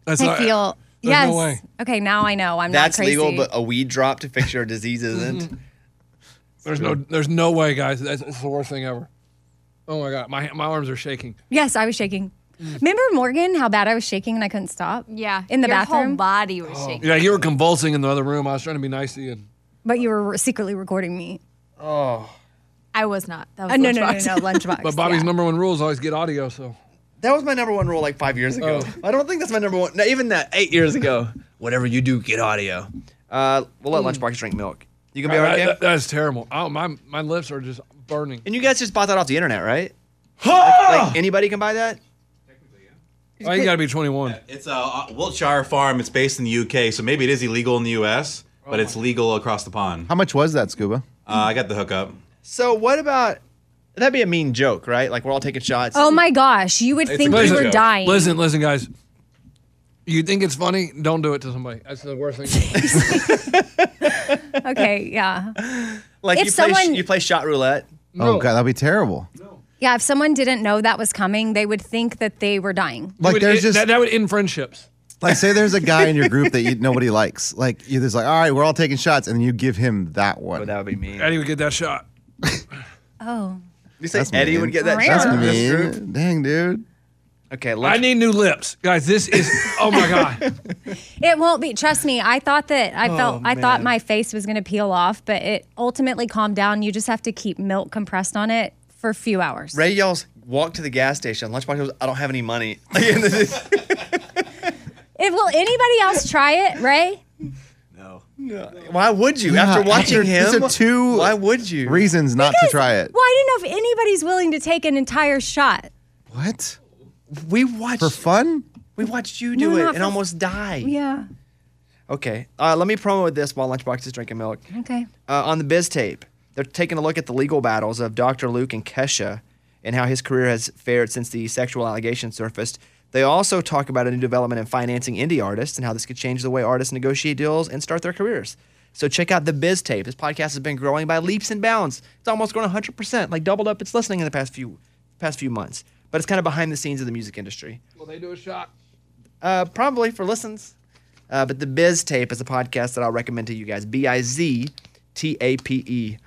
[SPEAKER 9] That's
[SPEAKER 7] I
[SPEAKER 9] not-
[SPEAKER 7] feel.
[SPEAKER 9] there's
[SPEAKER 7] yes.
[SPEAKER 9] no way.
[SPEAKER 7] Okay. Now I know. I'm
[SPEAKER 2] That's
[SPEAKER 7] not crazy.
[SPEAKER 2] legal, but oh. a weed drop to fix your disease isn't.
[SPEAKER 9] There's no. There's no way, guys. That's, that's the worst thing ever. Oh my god. My my arms are shaking.
[SPEAKER 7] yes, I was shaking.
[SPEAKER 9] Mm.
[SPEAKER 7] Remember Morgan? How bad I was shaking and I couldn't stop.
[SPEAKER 10] Yeah.
[SPEAKER 7] In the
[SPEAKER 10] Your
[SPEAKER 7] bathroom?
[SPEAKER 10] whole body was shaking.
[SPEAKER 9] Oh, Yeah, you were convulsing in the other room. I was trying to be nice to you.
[SPEAKER 7] But you were secretly recording me.
[SPEAKER 10] I was not. That was
[SPEAKER 7] Uh, no, no, no, no,
[SPEAKER 10] lunchbox.
[SPEAKER 7] no, lunchbox.
[SPEAKER 9] But Bobby's
[SPEAKER 7] yeah.
[SPEAKER 9] number one rule is always get audio. So
[SPEAKER 2] That was my number one rule like five years ago. I don't think that's my number one. No, even that eight years ago. Whatever you do, get audio. Uh, we'll let Lunchbox drink milk. You gonna be alright, Cam?
[SPEAKER 9] That- that's terrible. Oh my, my lips are just burning.
[SPEAKER 2] And you guys just bought that off the internet, right?
[SPEAKER 9] Ah!
[SPEAKER 2] Like anybody can buy that?
[SPEAKER 9] Oh, you got to be 21.
[SPEAKER 11] It's a uh, Wiltshire farm. It's based in the UK, so maybe it is illegal in the US, but it's legal across the pond.
[SPEAKER 6] How much was that, Scuba?
[SPEAKER 11] Uh, I got the hookup.
[SPEAKER 2] So what about? That'd be a mean joke, right? Like we're all taking shots.
[SPEAKER 7] Oh my gosh, you would think you were dying.
[SPEAKER 9] Listen, listen, guys. You think it's funny? Don't do it to somebody. That's the worst thing.
[SPEAKER 7] Okay, yeah.
[SPEAKER 2] Like
[SPEAKER 7] If
[SPEAKER 2] you play sh-
[SPEAKER 7] someone-
[SPEAKER 2] you play shot roulette.
[SPEAKER 6] Oh god, that'd be terrible.
[SPEAKER 7] Yeah, if someone didn't know that was coming, they would think that they were dying.
[SPEAKER 6] Like
[SPEAKER 9] would-
[SPEAKER 6] there's
[SPEAKER 9] it-
[SPEAKER 6] just
[SPEAKER 9] that- would end friendships.
[SPEAKER 6] Like say there's a guy in your group that you, nobody likes. Like you're just like, all right, we're all taking shots, and you give him that one.
[SPEAKER 2] Oh, that would be mean.
[SPEAKER 9] Eddie would get that shot.
[SPEAKER 7] Oh.
[SPEAKER 2] You say Eddie would get that
[SPEAKER 6] That's
[SPEAKER 2] shot in this
[SPEAKER 6] mean. Dang, dude.
[SPEAKER 2] Okay,
[SPEAKER 9] I need new lips, guys. This is oh my god.
[SPEAKER 7] It won't be. Trust me. I thought that I felt
[SPEAKER 9] Oh,
[SPEAKER 7] I thought
[SPEAKER 9] man.
[SPEAKER 7] my face was going to peel off, but it ultimately calmed down. You just have to keep milk compressed on it for a few hours.
[SPEAKER 2] Ray yells, "Walk to the gas station." Lunchbox goes, "I don't have any money."
[SPEAKER 7] If will anybody else try it, Ray?
[SPEAKER 2] Why would you?
[SPEAKER 6] Yeah,
[SPEAKER 2] after watching
[SPEAKER 6] after-
[SPEAKER 2] him,
[SPEAKER 6] these are two.
[SPEAKER 2] Why would you?
[SPEAKER 6] Reasons not to try it.
[SPEAKER 7] Well, I didn't know if anybody's willing to take an entire shot.
[SPEAKER 6] What?
[SPEAKER 2] We watched
[SPEAKER 6] for fun.
[SPEAKER 2] We watched you
[SPEAKER 7] No,
[SPEAKER 2] do it
[SPEAKER 7] not
[SPEAKER 2] and
[SPEAKER 7] for-
[SPEAKER 2] almost die.
[SPEAKER 7] Yeah.
[SPEAKER 2] Okay, uh, let me promo this while Lunchbox is drinking milk.
[SPEAKER 7] Okay.
[SPEAKER 2] Uh, on the Biz Tape, they're taking a look at the legal battles of Dr. Luke and Kesha and how his career has fared since the sexual allegations surfaced. They also talk about a new development in financing indie artists and how this could change the way artists negotiate deals and start their careers. So check out the Biz Tape. This podcast has been growing by leaps and bounds. It's almost grown 100%, like doubled up its listening in the past few past few months. But it's kind of behind the scenes of the music industry.
[SPEAKER 9] Will they do a shot?
[SPEAKER 2] Uh, probably for listens. Uh, but the Biz Tape is a podcast that I'll recommend to you guys. B I Z T A P E. Did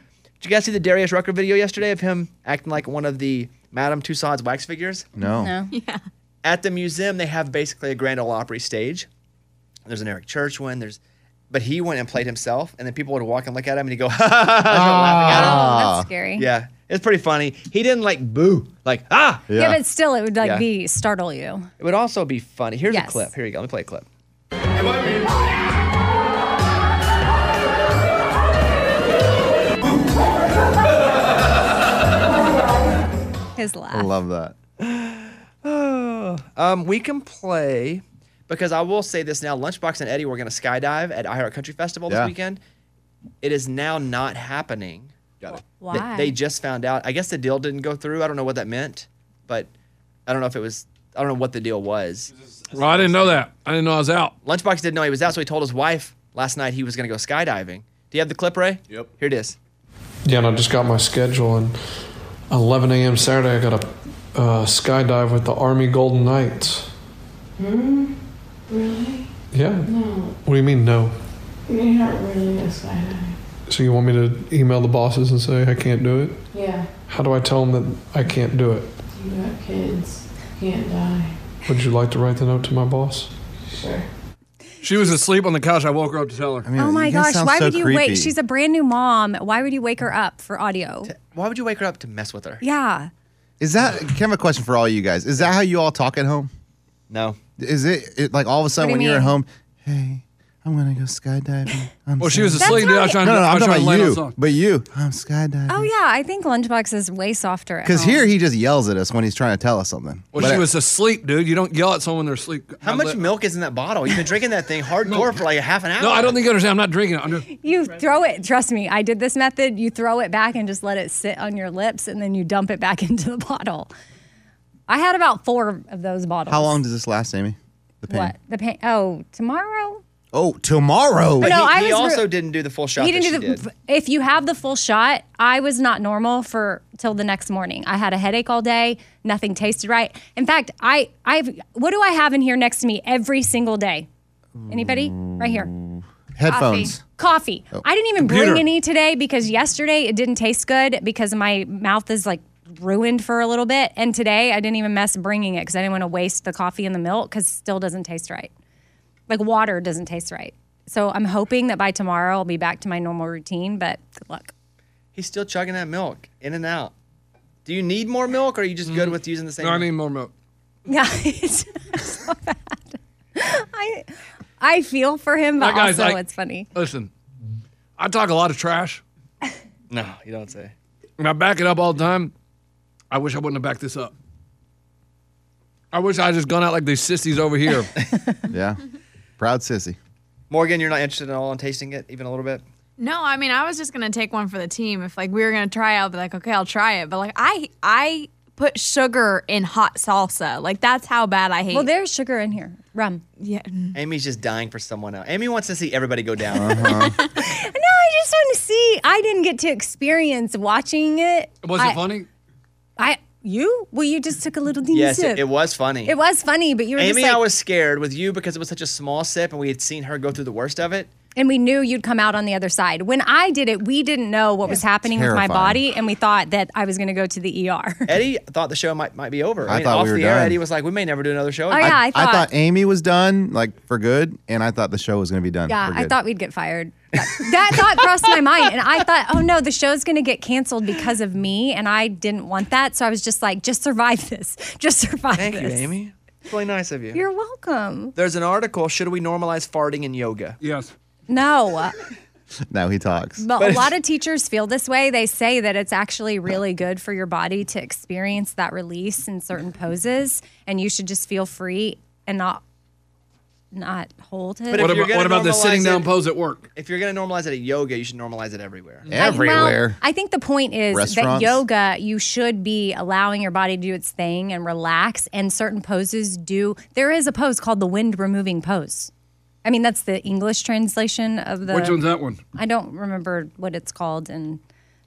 [SPEAKER 2] you guys see the Darius Rucker video yesterday of him acting like one of the Madame Tussauds wax figures?
[SPEAKER 6] No.
[SPEAKER 7] Yeah.
[SPEAKER 2] At the museum, they have basically a Grand Ole Opry stage. There's an Eric Church one. There's, but he went and played himself, and then people would walk and look at him, and he'd go, "Ha ha ha!" start laughing at him.
[SPEAKER 7] Oh, that's scary.
[SPEAKER 2] Yeah, it's pretty funny. He didn't like boo, like ah.
[SPEAKER 7] Yeah, but still, it would like
[SPEAKER 2] Yeah.
[SPEAKER 7] be startle you.
[SPEAKER 2] It would also be funny. Here's
[SPEAKER 7] Yes.
[SPEAKER 2] a clip. Here you go. Let me play a clip.
[SPEAKER 7] His
[SPEAKER 6] I
[SPEAKER 7] laugh.
[SPEAKER 6] love that.
[SPEAKER 2] um, we can play because I will say this now. Lunchbox and Eddie were going to skydive at iHeart Country Festival this
[SPEAKER 6] Yeah.
[SPEAKER 2] weekend. It is now not happening. Got it.
[SPEAKER 7] Why?
[SPEAKER 2] They, just found out. I guess the deal didn't go through. I don't know what that meant, but I don't know if it was. I don't know what the deal was.
[SPEAKER 9] Well, I didn't know that. I didn't know I was out.
[SPEAKER 2] Lunchbox didn't know he was out, so he told his wife last night he was going to go skydiving. Do you have the clip, Ray? Yep. Here it is.
[SPEAKER 12] Yeah, and I just got my schedule, and 11 a.m. Saturday, I got a uh, skydive with the Army Golden Knights.
[SPEAKER 13] Mm, really?
[SPEAKER 12] Yeah.
[SPEAKER 13] No,
[SPEAKER 12] What do you mean, no?
[SPEAKER 13] you're not really a skydiving.
[SPEAKER 12] So you want me to email the bosses and say I can't do it?
[SPEAKER 13] Yeah,
[SPEAKER 12] How do I tell them that I can't do it?
[SPEAKER 13] you got kids. You can't die.
[SPEAKER 12] Would you like to write the note to my boss?
[SPEAKER 13] Sure.
[SPEAKER 9] She was asleep on the couch. I woke her up to tell her.
[SPEAKER 7] oh my gosh, why would you wake? She's a brand new mom. Why would you wake her up for audio?
[SPEAKER 2] Why would you wake her up to mess with her?
[SPEAKER 7] Yeah.
[SPEAKER 6] Is that? Can I have a question for all you guys? Is that how you all talk at home?
[SPEAKER 2] No.
[SPEAKER 6] Is it, it like all of a sudden
[SPEAKER 7] What
[SPEAKER 6] when
[SPEAKER 7] do you
[SPEAKER 6] you're at
[SPEAKER 7] mean?
[SPEAKER 6] home? Hey, I'm gonna go skydiving. I'm
[SPEAKER 9] Well, Oh, she was
[SPEAKER 6] sorry."
[SPEAKER 9] asleep, dude. I was trying
[SPEAKER 6] no,
[SPEAKER 9] to-
[SPEAKER 6] no,
[SPEAKER 9] I
[SPEAKER 6] I'm
[SPEAKER 9] was
[SPEAKER 6] talking
[SPEAKER 9] trying to lay down
[SPEAKER 6] about you.
[SPEAKER 9] something.
[SPEAKER 6] But you, I'm skydiving.
[SPEAKER 7] Oh yeah, I think Lunchbox is way softer. at
[SPEAKER 6] Because
[SPEAKER 7] home.
[SPEAKER 6] here he just yells at us when he's trying to tell us something.
[SPEAKER 9] Well,
[SPEAKER 6] But
[SPEAKER 9] she
[SPEAKER 6] I-
[SPEAKER 9] was asleep, dude. You don't yell at someone when they're asleep.
[SPEAKER 2] How much milk is in that bottle? You've been drinking that thing hardcore for like a half an hour.
[SPEAKER 9] No, I don't think you understand. I'm not drinking it. I'm just,
[SPEAKER 7] You throw it, trust me, I did this method. You throw it back and just let it sit on your lips and then you dump it back into the bottle. I had about four of those bottles.
[SPEAKER 6] how long does this last, Amy? The pain.
[SPEAKER 7] What? The pain? Oh, tomorrow?
[SPEAKER 6] Oh, tomorrow.
[SPEAKER 7] But No, he- I
[SPEAKER 2] He
[SPEAKER 7] was re-
[SPEAKER 2] also didn't do the full shot.
[SPEAKER 7] He
[SPEAKER 2] that
[SPEAKER 7] didn't
[SPEAKER 2] she
[SPEAKER 7] do
[SPEAKER 2] did.
[SPEAKER 7] the. If you have the full shot, I was not normal for till the next morning. I had a headache all day. Nothing tasted right. In fact, I I've what do I have in here next to me every single day? Anybody? Right here.
[SPEAKER 6] Headphones.
[SPEAKER 7] Coffee. I didn't even
[SPEAKER 6] Computer.
[SPEAKER 7] bring any today because yesterday it didn't taste good because my mouth is like ruined for a little bit, and today I didn't even mess bringing it because I didn't want to waste the coffee and the milk because still doesn't taste right. Like water doesn't taste right. So I'm hoping that by tomorrow I'll be back to my normal routine. But good luck.
[SPEAKER 2] He's still chugging that milk in and out. Do you need more milk, or are you just good with using the same?
[SPEAKER 9] no, I need more milk.
[SPEAKER 7] Yeah, it's so bad. I I feel for him, but
[SPEAKER 9] That guy's
[SPEAKER 7] also
[SPEAKER 9] like-
[SPEAKER 7] it's funny.
[SPEAKER 9] Listen, I talk a lot of trash,
[SPEAKER 2] No, you don't say.
[SPEAKER 9] and I back it up all the time. I wish I wouldn't have backed this up. I wish I had just gone out like these sissies over here.
[SPEAKER 6] yeah. Proud sissy.
[SPEAKER 2] Morgan, you're not interested at all in tasting it, even a little bit.
[SPEAKER 10] No, I mean I was just gonna take one for the team. If like we were gonna try it, I'll be like, okay, I'll try it. But like I I put sugar in hot salsa. Like that's how bad I hate.
[SPEAKER 7] Well, there's sugar in here. Rum.
[SPEAKER 10] Yeah.
[SPEAKER 2] Amy's just dying for someone else. Amy wants to see everybody go down.
[SPEAKER 7] No, I just wanted to see. I didn't get to experience watching it.
[SPEAKER 9] Was
[SPEAKER 7] I,
[SPEAKER 9] it funny?
[SPEAKER 7] I you? Well, you just took a little teeny
[SPEAKER 2] yes,
[SPEAKER 7] sip.
[SPEAKER 2] it, it was funny.
[SPEAKER 7] It was funny, but you were
[SPEAKER 2] Amy,
[SPEAKER 7] just like,
[SPEAKER 2] I was scared with you because it was such a small sip, and we had seen her go through the worst of it.
[SPEAKER 7] and we knew you'd come out on the other side. When I did it, we didn't know what was happening
[SPEAKER 2] terrifying.
[SPEAKER 7] with my body, and we thought that I was going to go to the ER.
[SPEAKER 2] Eddie thought the show might might be over.
[SPEAKER 6] I thought
[SPEAKER 2] off
[SPEAKER 6] we were
[SPEAKER 2] the air,
[SPEAKER 6] done.
[SPEAKER 2] Eddie was like, "We may never do another show."
[SPEAKER 7] Oh, yeah, I
[SPEAKER 6] I
[SPEAKER 7] thought-
[SPEAKER 6] thought Amy was done, like for good, and I thought the show was going to be done.
[SPEAKER 7] Yeah,
[SPEAKER 6] for
[SPEAKER 7] I
[SPEAKER 6] good.
[SPEAKER 7] thought we'd get fired. that thought crossed my mind, and I thought, oh no, the show's going to get canceled because of me, and I didn't want that. So I was just like, just survive this, just survive
[SPEAKER 2] Thank you,
[SPEAKER 7] this.
[SPEAKER 2] Amy. It's really nice of you.
[SPEAKER 7] You're welcome.
[SPEAKER 2] There's an article. Should we normalize farting in yoga?
[SPEAKER 9] Yes.
[SPEAKER 7] No,
[SPEAKER 6] Now he talks.
[SPEAKER 7] but a lot of teachers feel this way. They say that it's actually really good for your body to experience that release in certain poses, and you should just feel free and not not hold it.
[SPEAKER 9] what about, what about the sitting down pose at work?
[SPEAKER 2] If you're going to normalize it at yoga, you should normalize it everywhere.
[SPEAKER 7] I- well, I, think the point is that
[SPEAKER 2] Restaurants.
[SPEAKER 7] yoga, you should be allowing your body to do its thing and relax. And certain poses do. There is a pose called the wind removing pose. I mean, that's the English translation of the.
[SPEAKER 9] Which one's that one?
[SPEAKER 7] I don't remember what it's called. And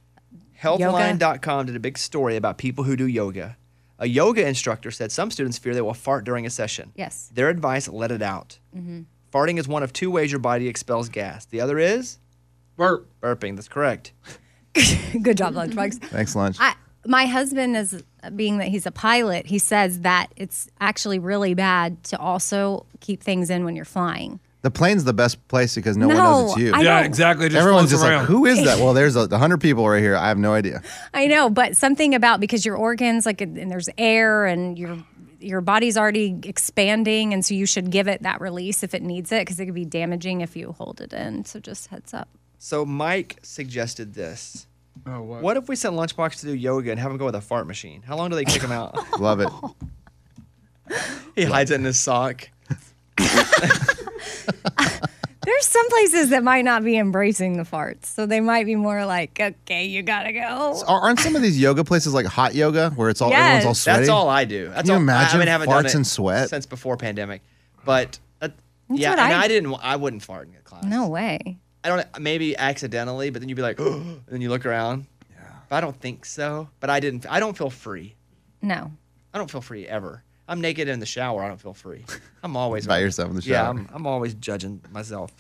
[SPEAKER 2] Healthline.com did a big story about people who do yoga. A yoga instructor said some students fear they will fart during a session.
[SPEAKER 7] yes.
[SPEAKER 2] Their advice let it out.
[SPEAKER 7] hmm
[SPEAKER 2] Farting is one of two ways your body expels gas. The other is
[SPEAKER 9] burp.
[SPEAKER 2] Burping. That's correct.
[SPEAKER 7] Good job, Lunchbox.
[SPEAKER 6] Thanks, lunch.
[SPEAKER 7] I, my husband is being that he's a pilot. He says that it's actually really bad to also keep things in when you're flying.
[SPEAKER 6] The plane's the best place because no, one
[SPEAKER 7] No,
[SPEAKER 6] knows it's you.
[SPEAKER 7] I Yeah, don't-
[SPEAKER 9] exactly.
[SPEAKER 7] just
[SPEAKER 6] Everyone's
[SPEAKER 7] floats
[SPEAKER 6] just
[SPEAKER 7] around.
[SPEAKER 6] like, who is that? Well, there's a hundred people right here. I have no idea.
[SPEAKER 7] I know, but something about because your organs, like, and there's air, and your your body's already expanding, and so you should give it that release if it needs it, because it could be damaging if you hold it in. So just heads up.
[SPEAKER 2] So Mike suggested this.
[SPEAKER 9] Oh,
[SPEAKER 2] What if we sent Lunchbox to do yoga and have him go with a fart machine? How long do they kick him out?
[SPEAKER 6] Love it.
[SPEAKER 2] he hides it in his sock.
[SPEAKER 7] There's some places that might not be embracing the farts, so they might be more like, okay, you gotta go.
[SPEAKER 6] Are- Aren't some of these yoga places like hot yoga where it's all everyone's all
[SPEAKER 7] Yes.
[SPEAKER 6] sweaty?
[SPEAKER 2] That's all I do. That's
[SPEAKER 6] Can you
[SPEAKER 2] all,
[SPEAKER 6] imagine
[SPEAKER 2] I, I mean, I haven't
[SPEAKER 6] farts
[SPEAKER 2] done it
[SPEAKER 6] and sweat?
[SPEAKER 2] since before pandemic. But uh, yeah,
[SPEAKER 7] what
[SPEAKER 2] and
[SPEAKER 7] I-
[SPEAKER 2] I, didn't. I wouldn't fart in a class.
[SPEAKER 7] No way.
[SPEAKER 2] I don't. Maybe accidentally, but then you'd be like, and then you look around. Yeah. But I don't think so. But I didn't. I don't feel free.
[SPEAKER 7] No.
[SPEAKER 2] I don't feel free ever. I'm naked in the shower. I don't feel free. I'm always
[SPEAKER 6] By yourself in the
[SPEAKER 2] Yeah,
[SPEAKER 6] shower.
[SPEAKER 2] I'm, I'm always judging myself.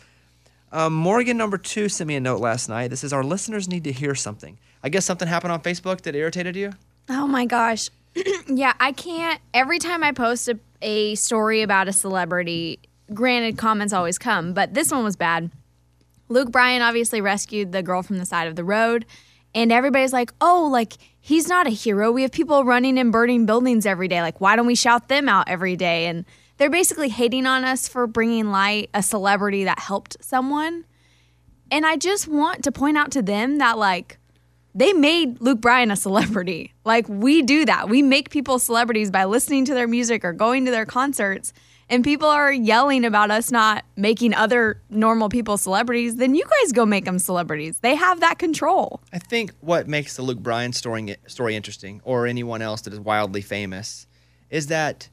[SPEAKER 2] Um, Morgan number two sent me a note last night. This is our listeners need to hear something. I guess something happened on Facebook that irritated you.
[SPEAKER 10] Oh my gosh. yeah, I can't. Every time I post a, a story about a celebrity, granted, comments always come, but this one was bad. Luke Bryan obviously rescued the girl from the side of the road, and everybody's like, oh, like, he's not a hero. We have people running and burning buildings every day. Like, why don't we shout them out every day? And they're basically hating on us for bringing light a celebrity that helped someone. And I just want to point out to them that, like, they made Luke Bryan a celebrity. Like we do that. We make people celebrities by listening to their music or going to their concerts. And people are yelling about us not making other normal people celebrities. Then you guys go make them celebrities. They have that control.
[SPEAKER 2] I think what makes the Luke Bryan story story interesting, or anyone else that is wildly famous, is that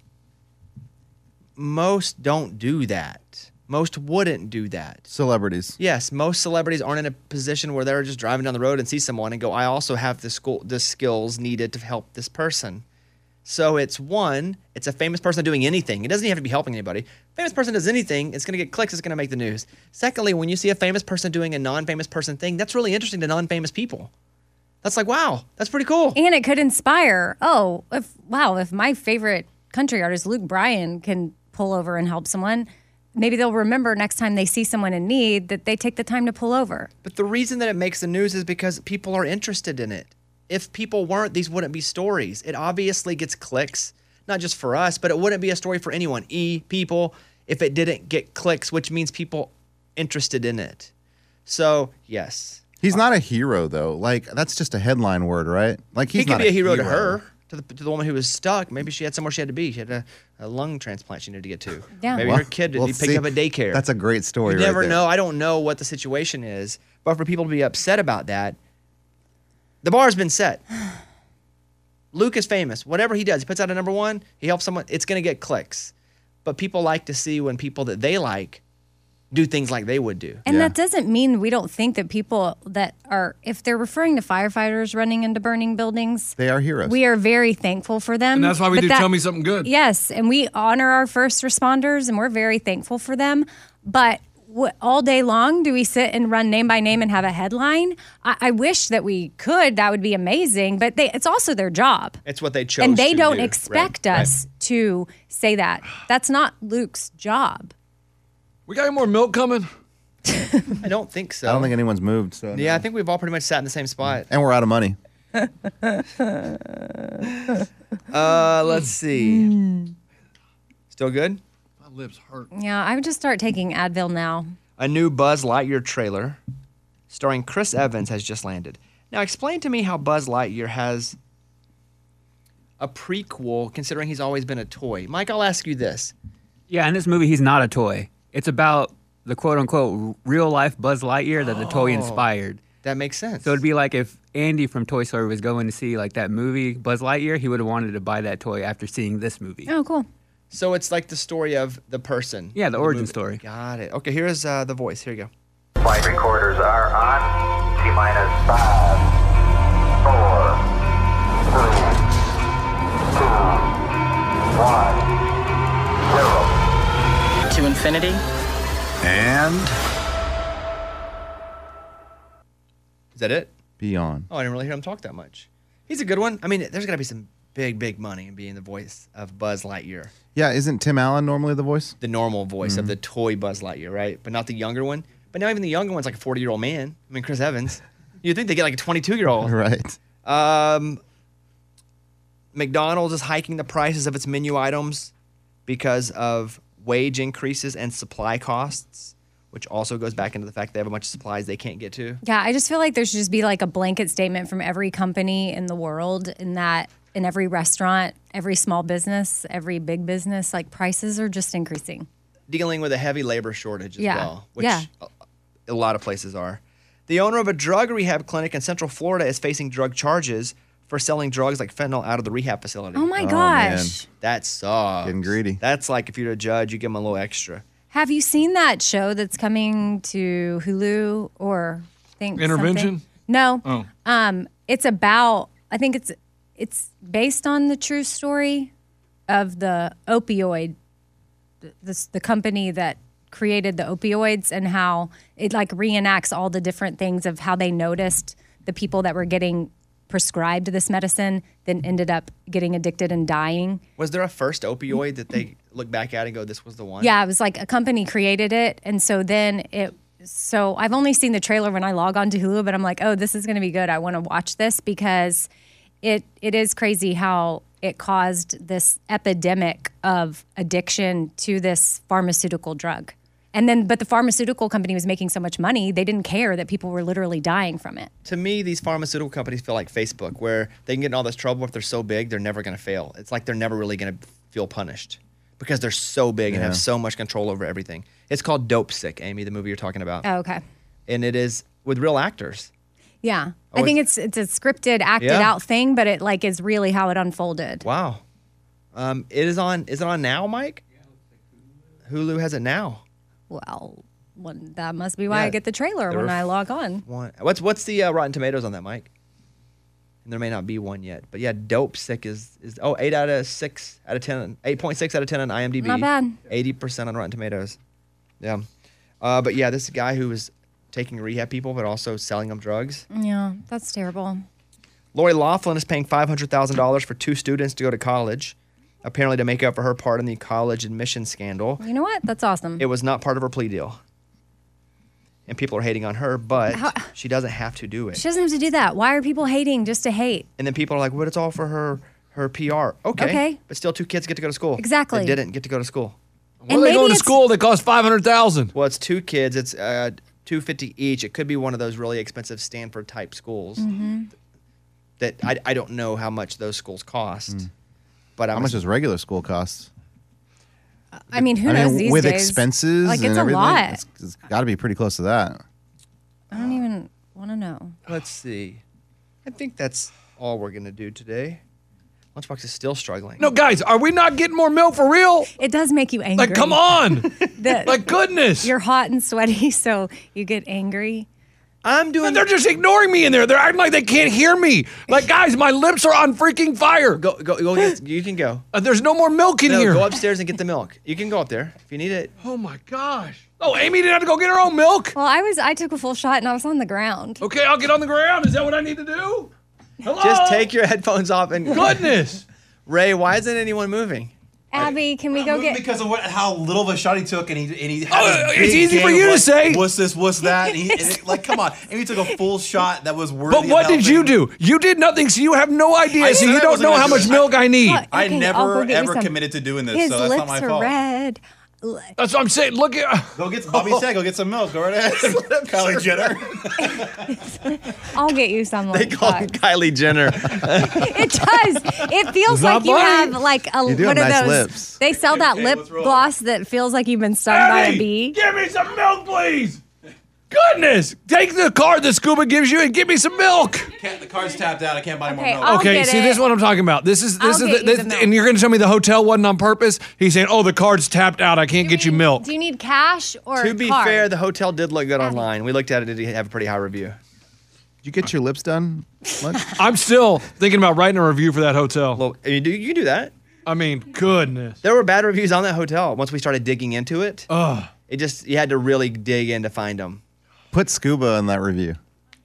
[SPEAKER 2] most don't do that. Most wouldn't do that.
[SPEAKER 6] Celebrities.
[SPEAKER 2] Yes, most celebrities aren't in a position where they're just driving down the road and see someone and go, "I also have the school, the skills needed to help this person." So it's one, it's a famous person doing anything. It doesn't even have to be helping anybody. Famous person does anything, it's going to get clicks, it's going to make the news. Secondly, when you see a famous person doing a non-famous person thing, that's really interesting to non-famous people. That's like, wow, that's pretty cool.
[SPEAKER 7] And it could inspire. Oh, if wow, if my favorite country artist Luke Bryan can pull over and help someone, maybe they'll remember next time they see someone in need that they take the time to pull over.
[SPEAKER 2] But the reason that it makes the news is because people are interested in it. If people weren't, these wouldn't be stories. It obviously gets clicks, not just for us, but it wouldn't be a story for anyone, e people, if it didn't get clicks, which means people interested in it. So, yes.
[SPEAKER 6] He's not a hero though. Like that's just a headline word, right? Like he's
[SPEAKER 2] he could
[SPEAKER 6] not
[SPEAKER 2] be a hero, to her, to the, to the woman who was stuck. Maybe she had somewhere she had to be. She had a, a lung transplant she needed to get to.
[SPEAKER 6] Yeah.
[SPEAKER 2] Maybe
[SPEAKER 6] Well,
[SPEAKER 2] her kid
[SPEAKER 6] well,
[SPEAKER 2] he picked
[SPEAKER 6] see,
[SPEAKER 2] up at daycare.
[SPEAKER 6] That's a great story.
[SPEAKER 2] You
[SPEAKER 6] right
[SPEAKER 2] never
[SPEAKER 6] there.
[SPEAKER 2] know. I don't know what the situation is, but for people to be upset about that, the bar's been set. Luke is famous. Whatever he does, he puts out a number one. He helps someone. It's going to get clicks. But people like to see when people that they like do things like they would do.
[SPEAKER 7] And that doesn't mean we don't think that people that are, if they're referring to firefighters running into burning buildings,
[SPEAKER 6] They are heroes.
[SPEAKER 7] we are very thankful for them.
[SPEAKER 9] And that's why we
[SPEAKER 7] But
[SPEAKER 9] do
[SPEAKER 7] that-
[SPEAKER 9] Tell Me Something Good.
[SPEAKER 7] Yes, and we honor our first responders, and we're very thankful for them. But what, all day long, do we sit and run name by name and have a headline? I, I wish that we could. That would be amazing. But they, it's also their job,
[SPEAKER 2] It's what they chose.
[SPEAKER 7] and they
[SPEAKER 2] to
[SPEAKER 7] don't
[SPEAKER 2] do. Right,
[SPEAKER 7] expect
[SPEAKER 2] right.
[SPEAKER 7] us to say that. That's not Luke's job.
[SPEAKER 9] We got any more milk coming?
[SPEAKER 2] I don't think so.
[SPEAKER 6] I don't think anyone's moved. So
[SPEAKER 2] Yeah, I think we've all pretty much sat in the same spot.
[SPEAKER 6] And we're out of money.
[SPEAKER 2] Uh, let's
[SPEAKER 7] Hmm.
[SPEAKER 2] see. Still good?
[SPEAKER 9] My lips hurt.
[SPEAKER 7] Yeah, I would just start taking Advil now.
[SPEAKER 2] A new Buzz Lightyear trailer starring Chris Evans has just landed. Now, explain to me how Buzz Lightyear has a prequel considering he's always been a toy. Mike, I'll ask you this.
[SPEAKER 14] Yeah, in this movie, he's not a toy. It's about the quote unquote real life Buzz Lightyear that the toy
[SPEAKER 2] Oh.
[SPEAKER 14] inspired.
[SPEAKER 2] That makes sense.
[SPEAKER 14] So it'd be like if Andy from Toy Story was going to see like that movie Buzz Lightyear, he would have wanted to buy that toy after seeing this movie.
[SPEAKER 7] Oh, cool.
[SPEAKER 2] So it's like the story of the person.
[SPEAKER 14] Yeah, the origin
[SPEAKER 2] movie.
[SPEAKER 14] story.
[SPEAKER 2] Got it. Okay, here's uh, the voice. Here you go.
[SPEAKER 15] Flight recorders are on. T minus five, four, three, two, one, zero. To infinity.
[SPEAKER 6] And
[SPEAKER 2] Is that it?
[SPEAKER 6] beyond.
[SPEAKER 2] Oh, I didn't really hear him talk that much. He's a good one. I mean, there's got to be some big, big money in being the voice of Buzz Lightyear.
[SPEAKER 6] Yeah, isn't Tim Allen normally the voice?
[SPEAKER 2] The normal voice of the toy Buzz Lightyear, right? But not the younger one. But now even the younger one's like a 40 year old man. I mean, Chris Evans. You'd think they get like a 22 year old.
[SPEAKER 6] Right.
[SPEAKER 2] Um, McDonald's is hiking the prices of its menu items because of wage increases and supply costs, which also goes back into the fact they have a bunch of supplies they can't get to.
[SPEAKER 7] Yeah, I just feel like there should just be like a blanket statement from every company in the world in that in every restaurant, every small business, every big business, like prices are just increasing.
[SPEAKER 2] Dealing with a heavy labor shortage as
[SPEAKER 7] Yeah.
[SPEAKER 2] well, which
[SPEAKER 7] Yeah.
[SPEAKER 2] a lot of places are. The owner of a drug rehab clinic in Central Florida is facing drug charges for selling drugs like fentanyl out of the rehab facility.
[SPEAKER 7] Oh my Oh, man. gosh.
[SPEAKER 2] That sucks. Getting greedy. That's like if you're a judge, you give them a little extra.
[SPEAKER 7] Have you seen that show that's coming to Hulu or I think
[SPEAKER 2] Intervention?
[SPEAKER 7] something? No.
[SPEAKER 2] Oh.
[SPEAKER 7] Um, it's about I think it's it's based on the true story of the opioid the, the, the company that created the opioids and how it like reenacts all the different things of how they noticed the people that were getting prescribed this medicine then ended up getting addicted and dying.
[SPEAKER 2] Was there a first opioid that they look back at and go, this was the one?
[SPEAKER 7] Yeah, it was like a company created it, and so then it. So I've only seen the trailer when I log on to Hulu, but I'm like, oh, this is going to be good. I want to watch this because it it is crazy how it caused this epidemic of addiction to this pharmaceutical drug. And then, but the pharmaceutical company was making so much money, they didn't care that people were literally dying from it.
[SPEAKER 2] To me, these pharmaceutical companies feel like Facebook, where they can get in all this trouble if they're so big, they're never going to fail. It's like they're never really going to feel punished because they're so big and have
[SPEAKER 7] Yeah.
[SPEAKER 2] so much control over everything. It's called Dope Sick, Amy, the movie you're talking about.
[SPEAKER 7] Oh, okay.
[SPEAKER 2] And it is with real actors.
[SPEAKER 7] Yeah.
[SPEAKER 2] Oh,
[SPEAKER 7] I think it's it's a scripted, acted
[SPEAKER 2] Yeah.
[SPEAKER 7] out thing, but it like is really how it unfolded.
[SPEAKER 2] Wow. Um, it is on. Is it on now, Mike? Hulu has it now.
[SPEAKER 7] Well, one, that must be why I
[SPEAKER 2] Yeah,
[SPEAKER 7] get the trailer
[SPEAKER 2] there
[SPEAKER 7] when
[SPEAKER 2] were
[SPEAKER 7] I
[SPEAKER 2] f-
[SPEAKER 7] log on.
[SPEAKER 2] One. What's what's the uh, Rotten Tomatoes on that, Mike? And there may not be one yet, but yeah, Dope Sick is is oh eight out of six out of ten, eight point six out of ten on IMDb.
[SPEAKER 7] Not bad.
[SPEAKER 2] Eighty percent on Rotten Tomatoes. Yeah, uh, but yeah, this guy who was taking rehab people, but also selling them drugs.
[SPEAKER 7] Yeah, that's terrible.
[SPEAKER 2] Lori Laughlin is paying five hundred thousand dollars for two students to go to college, apparently to make up for her part in the college admission scandal.
[SPEAKER 7] You know what? That's awesome.
[SPEAKER 2] It was not part of her plea deal. And people are hating on her, but she doesn't have to do it.
[SPEAKER 7] She doesn't have to do that. Why are people hating just to hate?
[SPEAKER 2] and then people are like, "What? It's all for her, her PR." Okay.
[SPEAKER 7] Okay.
[SPEAKER 2] But still, two kids get to go to school.
[SPEAKER 7] Exactly.
[SPEAKER 2] They didn't get to go to school.
[SPEAKER 7] And maybe it's-
[SPEAKER 9] school that costs five hundred thousand?
[SPEAKER 2] Well, it's two kids. It's uh, two fifty each. It could be one of those really expensive Stanford type schools.
[SPEAKER 7] Mhm.
[SPEAKER 2] that I, I don't know how much those schools cost.
[SPEAKER 9] Mm.
[SPEAKER 2] But I'm
[SPEAKER 6] How much does regular school cost?
[SPEAKER 7] I mean, who
[SPEAKER 6] I mean,
[SPEAKER 7] knows these
[SPEAKER 6] with
[SPEAKER 7] days?
[SPEAKER 6] expenses
[SPEAKER 7] Like,
[SPEAKER 6] and
[SPEAKER 7] it's a
[SPEAKER 6] everything,
[SPEAKER 7] lot.
[SPEAKER 6] it's- it's got to be pretty close to that.
[SPEAKER 7] I don't even want to know.
[SPEAKER 2] Let's see. I think that's all we're gonna do today. Lunchbox is still struggling.
[SPEAKER 9] No, guys, are we not getting more milk for real?
[SPEAKER 7] It does make you angry.
[SPEAKER 9] Like, come on.
[SPEAKER 7] The-
[SPEAKER 9] My goodness.
[SPEAKER 7] You're hot and sweaty, so you get angry.
[SPEAKER 2] I'm doing.
[SPEAKER 9] And they're just ignoring me in there. They're acting like they can't hear me. Like, guys, my lips are on freaking fire.
[SPEAKER 2] Go, go, go. Get, you can go.
[SPEAKER 9] Uh, there's no more milk in
[SPEAKER 2] No,
[SPEAKER 9] here.
[SPEAKER 2] Go upstairs and get the milk. You can go up there if you need it.
[SPEAKER 9] Oh my gosh. Oh, Amy didn't have to go get her own milk.
[SPEAKER 7] Well, I was. I took a full shot and I was on the ground.
[SPEAKER 9] Okay, I'll get on the ground. Is that what I need to do? Hello?
[SPEAKER 2] Just take your headphones off and
[SPEAKER 9] goodness.
[SPEAKER 2] Ray, why isn't anyone moving?
[SPEAKER 7] Abby, can we go get?
[SPEAKER 11] because of what, how little of a shot he took, and he and he. Had
[SPEAKER 9] Oh, it's
[SPEAKER 11] this big
[SPEAKER 9] easy for
[SPEAKER 11] game
[SPEAKER 9] you
[SPEAKER 11] of
[SPEAKER 9] to
[SPEAKER 11] like,
[SPEAKER 9] say.
[SPEAKER 11] What's this? What's that? And he, and it, like, come on, and he took a full shot that was worthy.
[SPEAKER 9] But
[SPEAKER 11] of
[SPEAKER 9] what did
[SPEAKER 11] helping.
[SPEAKER 9] you do? You did nothing, so you have no idea.
[SPEAKER 11] I
[SPEAKER 9] so
[SPEAKER 11] said
[SPEAKER 9] you
[SPEAKER 11] I
[SPEAKER 9] don't
[SPEAKER 11] wasn't
[SPEAKER 9] know
[SPEAKER 11] gonna
[SPEAKER 9] how
[SPEAKER 11] do
[SPEAKER 9] much
[SPEAKER 11] it.
[SPEAKER 9] milk I need.
[SPEAKER 7] Look,
[SPEAKER 11] I
[SPEAKER 7] Oh, okay, I'll
[SPEAKER 11] never
[SPEAKER 7] go get you
[SPEAKER 11] ever
[SPEAKER 7] some.
[SPEAKER 11] committed to doing this,
[SPEAKER 7] His
[SPEAKER 11] so that's
[SPEAKER 7] lips
[SPEAKER 11] not my
[SPEAKER 7] are
[SPEAKER 11] fault.
[SPEAKER 7] red.
[SPEAKER 9] That's what I'm saying. Look at.
[SPEAKER 11] Go get Bobby said, go get some milk. Go right ahead. Kylie Jenner.
[SPEAKER 7] I'll get you some.
[SPEAKER 2] They
[SPEAKER 7] lunchbox.
[SPEAKER 2] call him Kylie Jenner.
[SPEAKER 7] it does. It feels
[SPEAKER 2] It's
[SPEAKER 7] like
[SPEAKER 2] not
[SPEAKER 7] you
[SPEAKER 2] mine.
[SPEAKER 7] have like a
[SPEAKER 2] You do
[SPEAKER 7] one
[SPEAKER 2] have
[SPEAKER 7] of
[SPEAKER 2] nice
[SPEAKER 7] those.
[SPEAKER 2] lips.
[SPEAKER 7] They sell that
[SPEAKER 9] Okay,
[SPEAKER 7] lip
[SPEAKER 9] let's roll.
[SPEAKER 7] gloss that feels like you've been stung by
[SPEAKER 9] Abby,
[SPEAKER 7] a bee.
[SPEAKER 9] Give me some milk, please. Goodness. Take the card that Scuba gives you and give me some milk.
[SPEAKER 11] Can't, the card's tapped out. I can't buy
[SPEAKER 7] Okay,
[SPEAKER 11] more milk.
[SPEAKER 7] I'll
[SPEAKER 9] okay,
[SPEAKER 7] get
[SPEAKER 9] see,
[SPEAKER 7] it.
[SPEAKER 9] this is what I'm talking about. This is this
[SPEAKER 7] I'll get
[SPEAKER 9] is
[SPEAKER 7] you the
[SPEAKER 9] the, this,
[SPEAKER 7] milk.
[SPEAKER 9] and you're going to tell me the hotel wasn't on purpose. He's saying, "Oh, the card's tapped out. I can't get you milk."
[SPEAKER 7] Do you need cash or
[SPEAKER 2] to be
[SPEAKER 7] card?
[SPEAKER 2] fair, the hotel did look good online. We looked at it; it did have a pretty high review. Did
[SPEAKER 6] you get your lips done?
[SPEAKER 9] I'm still thinking about writing a review for that hotel.
[SPEAKER 2] Well, you do. You can do that.
[SPEAKER 9] I mean, goodness.
[SPEAKER 2] There were bad reviews on that hotel. Once we started digging into it,
[SPEAKER 9] Ugh.
[SPEAKER 2] it just you had to really dig in to find them.
[SPEAKER 6] Put Scuba in that review.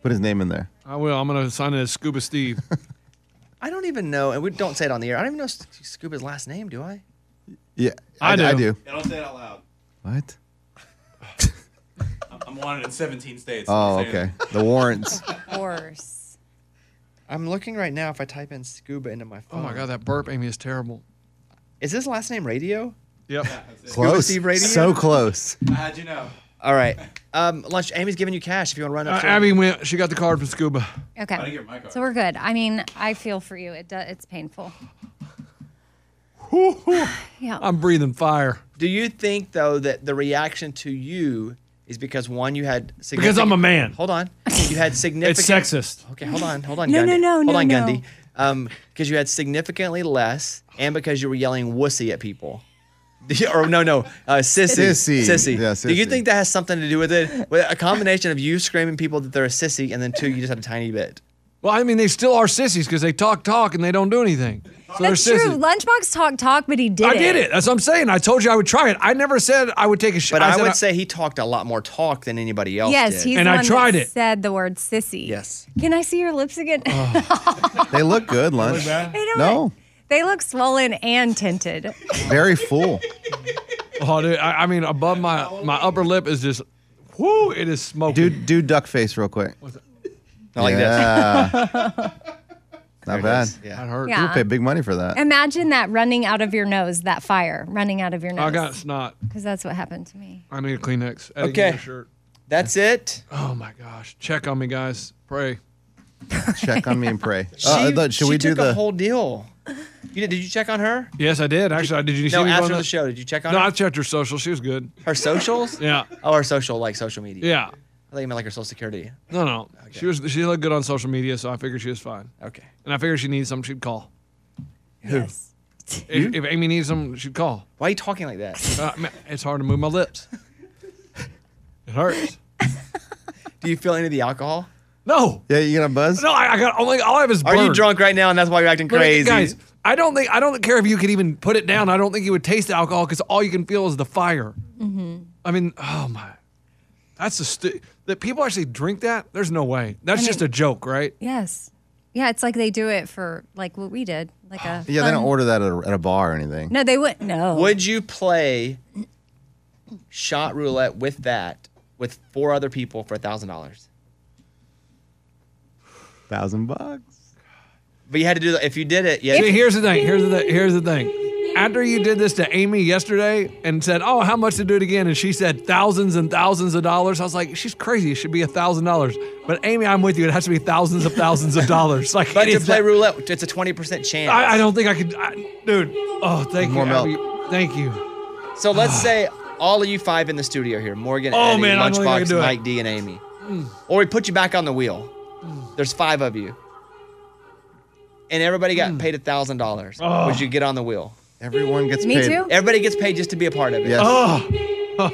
[SPEAKER 6] Put his name in there.
[SPEAKER 9] I will. I'm going to sign it as Scuba Steve.
[SPEAKER 2] I don't even know, and we don't say it on the air. I don't even know S- Scuba's last name, do I?
[SPEAKER 6] Yeah,
[SPEAKER 9] I
[SPEAKER 6] I
[SPEAKER 9] do.
[SPEAKER 6] do.
[SPEAKER 11] Yeah, don't say it out loud.
[SPEAKER 6] What?
[SPEAKER 11] I'm- I'm wanted in 17 states.
[SPEAKER 6] Oh,
[SPEAKER 11] Don't say
[SPEAKER 6] okay.
[SPEAKER 11] it.
[SPEAKER 6] The warrants.
[SPEAKER 7] Of course.
[SPEAKER 2] I'm looking right now. If I type in Scuba into my
[SPEAKER 9] oh
[SPEAKER 2] phone,
[SPEAKER 9] my God, that burp, Amy, is terrible.
[SPEAKER 2] is his last name Radio?
[SPEAKER 9] Yep.
[SPEAKER 2] Scuba Steve Radio.
[SPEAKER 6] So close.
[SPEAKER 11] How'd you know?
[SPEAKER 2] All right. Um, lunch. Amy's giving you cash if you want to run
[SPEAKER 9] Uh,
[SPEAKER 2] up. to her.
[SPEAKER 9] Abby went. She got the card from Scuba.
[SPEAKER 11] I
[SPEAKER 7] Okay.
[SPEAKER 11] get my card.
[SPEAKER 7] So we're good. I mean, I feel for you. It do, it's painful. yeah.
[SPEAKER 9] I'm breathing fire
[SPEAKER 2] Do you think though that the reaction to you is because one you had significant,
[SPEAKER 9] because I'm a man.
[SPEAKER 2] Hold on, you had significant.
[SPEAKER 9] It's sexist.
[SPEAKER 2] Okay, hold on, hold on,
[SPEAKER 7] No, no,
[SPEAKER 2] Gundy.
[SPEAKER 7] no,
[SPEAKER 2] hold
[SPEAKER 7] no,
[SPEAKER 2] on,
[SPEAKER 7] no.
[SPEAKER 2] Gundy. Um, because you had significantly less, and because you were yelling "wussy" at people. or no, no, uh, sissy,
[SPEAKER 6] Sissy. Yeah,
[SPEAKER 2] Do you
[SPEAKER 6] sissy.
[SPEAKER 2] think that has something to do with it? With a combination of you screaming people that they're a sissy, and then two, you just had a tiny bit.
[SPEAKER 9] Well, I mean, they still are sissies because they talk, talk, and they don't do anything. So
[SPEAKER 7] That's
[SPEAKER 9] they're
[SPEAKER 7] true.
[SPEAKER 9] sissies.
[SPEAKER 7] Lunchbox talk talk, but he did
[SPEAKER 9] I did it. That's what I'm saying. I told you I would try it. I never said I would take a shot.
[SPEAKER 2] But I,
[SPEAKER 9] said
[SPEAKER 2] would say he talked a lot more talk than anybody else.
[SPEAKER 7] Yes,
[SPEAKER 2] did.
[SPEAKER 7] he's
[SPEAKER 9] And
[SPEAKER 7] the
[SPEAKER 9] I
[SPEAKER 7] one
[SPEAKER 9] tried
[SPEAKER 7] that
[SPEAKER 9] it.
[SPEAKER 7] said the word sissy.
[SPEAKER 2] Yes.
[SPEAKER 7] Can I see your lips again?
[SPEAKER 6] They look good, lunch.
[SPEAKER 7] They don't
[SPEAKER 6] No,
[SPEAKER 7] they look swollen and tinted.
[SPEAKER 6] very full.
[SPEAKER 9] Oh, dude, I, I mean, above my my upper lip is just, whoo, it is smoking.
[SPEAKER 6] Do do duck face real quick.
[SPEAKER 2] Not like this.
[SPEAKER 6] yeah. Not bad.
[SPEAKER 2] Yeah.
[SPEAKER 9] hurt.
[SPEAKER 6] People
[SPEAKER 7] Yeah.
[SPEAKER 6] pay big money for that.
[SPEAKER 7] Imagine that running out of your nose, that fire running out of your nose.
[SPEAKER 9] I got snot.
[SPEAKER 7] Because that's what happened to me.
[SPEAKER 9] I need a Kleenex. Eddie,
[SPEAKER 2] Okay.
[SPEAKER 9] give me a shirt.
[SPEAKER 2] That's it.
[SPEAKER 9] Oh my gosh. Check on me, guys. Pray.
[SPEAKER 6] Check on me and pray.
[SPEAKER 2] She,
[SPEAKER 6] Uh, uh, should
[SPEAKER 2] she
[SPEAKER 6] we do
[SPEAKER 2] took a
[SPEAKER 6] the?
[SPEAKER 2] whole deal? You did, did you check on her?
[SPEAKER 9] Yes, I did. Actually, I did you see
[SPEAKER 2] No,
[SPEAKER 9] me
[SPEAKER 2] after
[SPEAKER 9] going
[SPEAKER 2] the
[SPEAKER 9] that-
[SPEAKER 2] show, did you check on
[SPEAKER 9] No,
[SPEAKER 2] her?
[SPEAKER 9] I checked her social. She was good.
[SPEAKER 2] her socials?
[SPEAKER 9] Yeah.
[SPEAKER 2] Oh, her social, like social media. I
[SPEAKER 9] Yeah.
[SPEAKER 2] thought you meant like her social security.
[SPEAKER 9] No, no. She was she looked good on social media, so I figured she was fine.
[SPEAKER 2] Okay.
[SPEAKER 9] And I figured she needs something, she'd call.
[SPEAKER 7] Yes.
[SPEAKER 9] If, if Amy needs something, she'd call.
[SPEAKER 2] Why are you talking like that?
[SPEAKER 9] Uh, man, it's hard to move my lips. It hurts.
[SPEAKER 2] Do you feel any of the alcohol?
[SPEAKER 9] No.
[SPEAKER 6] Yeah, you gonna buzz?
[SPEAKER 9] No, I, I got only all I have is
[SPEAKER 2] Are
[SPEAKER 9] burn.
[SPEAKER 2] you drunk right now and that's why you're acting
[SPEAKER 9] But,
[SPEAKER 2] crazy?
[SPEAKER 9] Guys, I don't think I don't care if you could even put it down. I don't think you would taste the alcohol because all you can feel is the fire. I mean, oh my, that's a stu- that people actually drink that. There's no way. That's just a joke, right?
[SPEAKER 7] Yes. Yeah, it's like they do it for like what we did. Like a
[SPEAKER 6] Yeah, they
[SPEAKER 7] fun-
[SPEAKER 6] don't order that at a, at a bar or anything.
[SPEAKER 7] No, they wouldn't no.
[SPEAKER 2] Would you play shot roulette with that with four other people for a thousand dollars?
[SPEAKER 6] Thousand bucks.
[SPEAKER 2] But you had to do that. If you did it,
[SPEAKER 9] See,
[SPEAKER 2] yeah.
[SPEAKER 9] here's the thing. Here's the here's the thing. after you did this to Amy yesterday and said, "Oh, how much to do it again?" and she said thousands and thousands of dollars, I was like, "She's crazy. It should be a thousand dollars." But Amy, I'm with you. It has to be thousands of thousands of dollars. Like,
[SPEAKER 2] But
[SPEAKER 9] it
[SPEAKER 2] to
[SPEAKER 9] is
[SPEAKER 2] play
[SPEAKER 9] that-
[SPEAKER 2] roulette, it's a twenty percent chance.
[SPEAKER 9] I, I don't think I could, I, dude. Oh, thank
[SPEAKER 2] More
[SPEAKER 9] you,
[SPEAKER 2] milk.
[SPEAKER 9] Abby. Thank you.
[SPEAKER 2] So let's say all of you five in the studio here: Morgan,
[SPEAKER 9] Ah. Oh,
[SPEAKER 2] Eddie,
[SPEAKER 9] man, I don't think I can
[SPEAKER 2] Lunchbox,
[SPEAKER 9] do it. Mm.
[SPEAKER 2] Mike D, and Amy. Or we put you back on the wheel. There's five of you, and everybody got
[SPEAKER 9] Mm.
[SPEAKER 2] paid a thousand dollars.
[SPEAKER 9] Ah.
[SPEAKER 6] Oh.
[SPEAKER 2] Would you get on the wheel?
[SPEAKER 6] Everyone gets Me paid. too?
[SPEAKER 2] Everybody gets paid just to be a part of it.
[SPEAKER 6] Yes. Oh.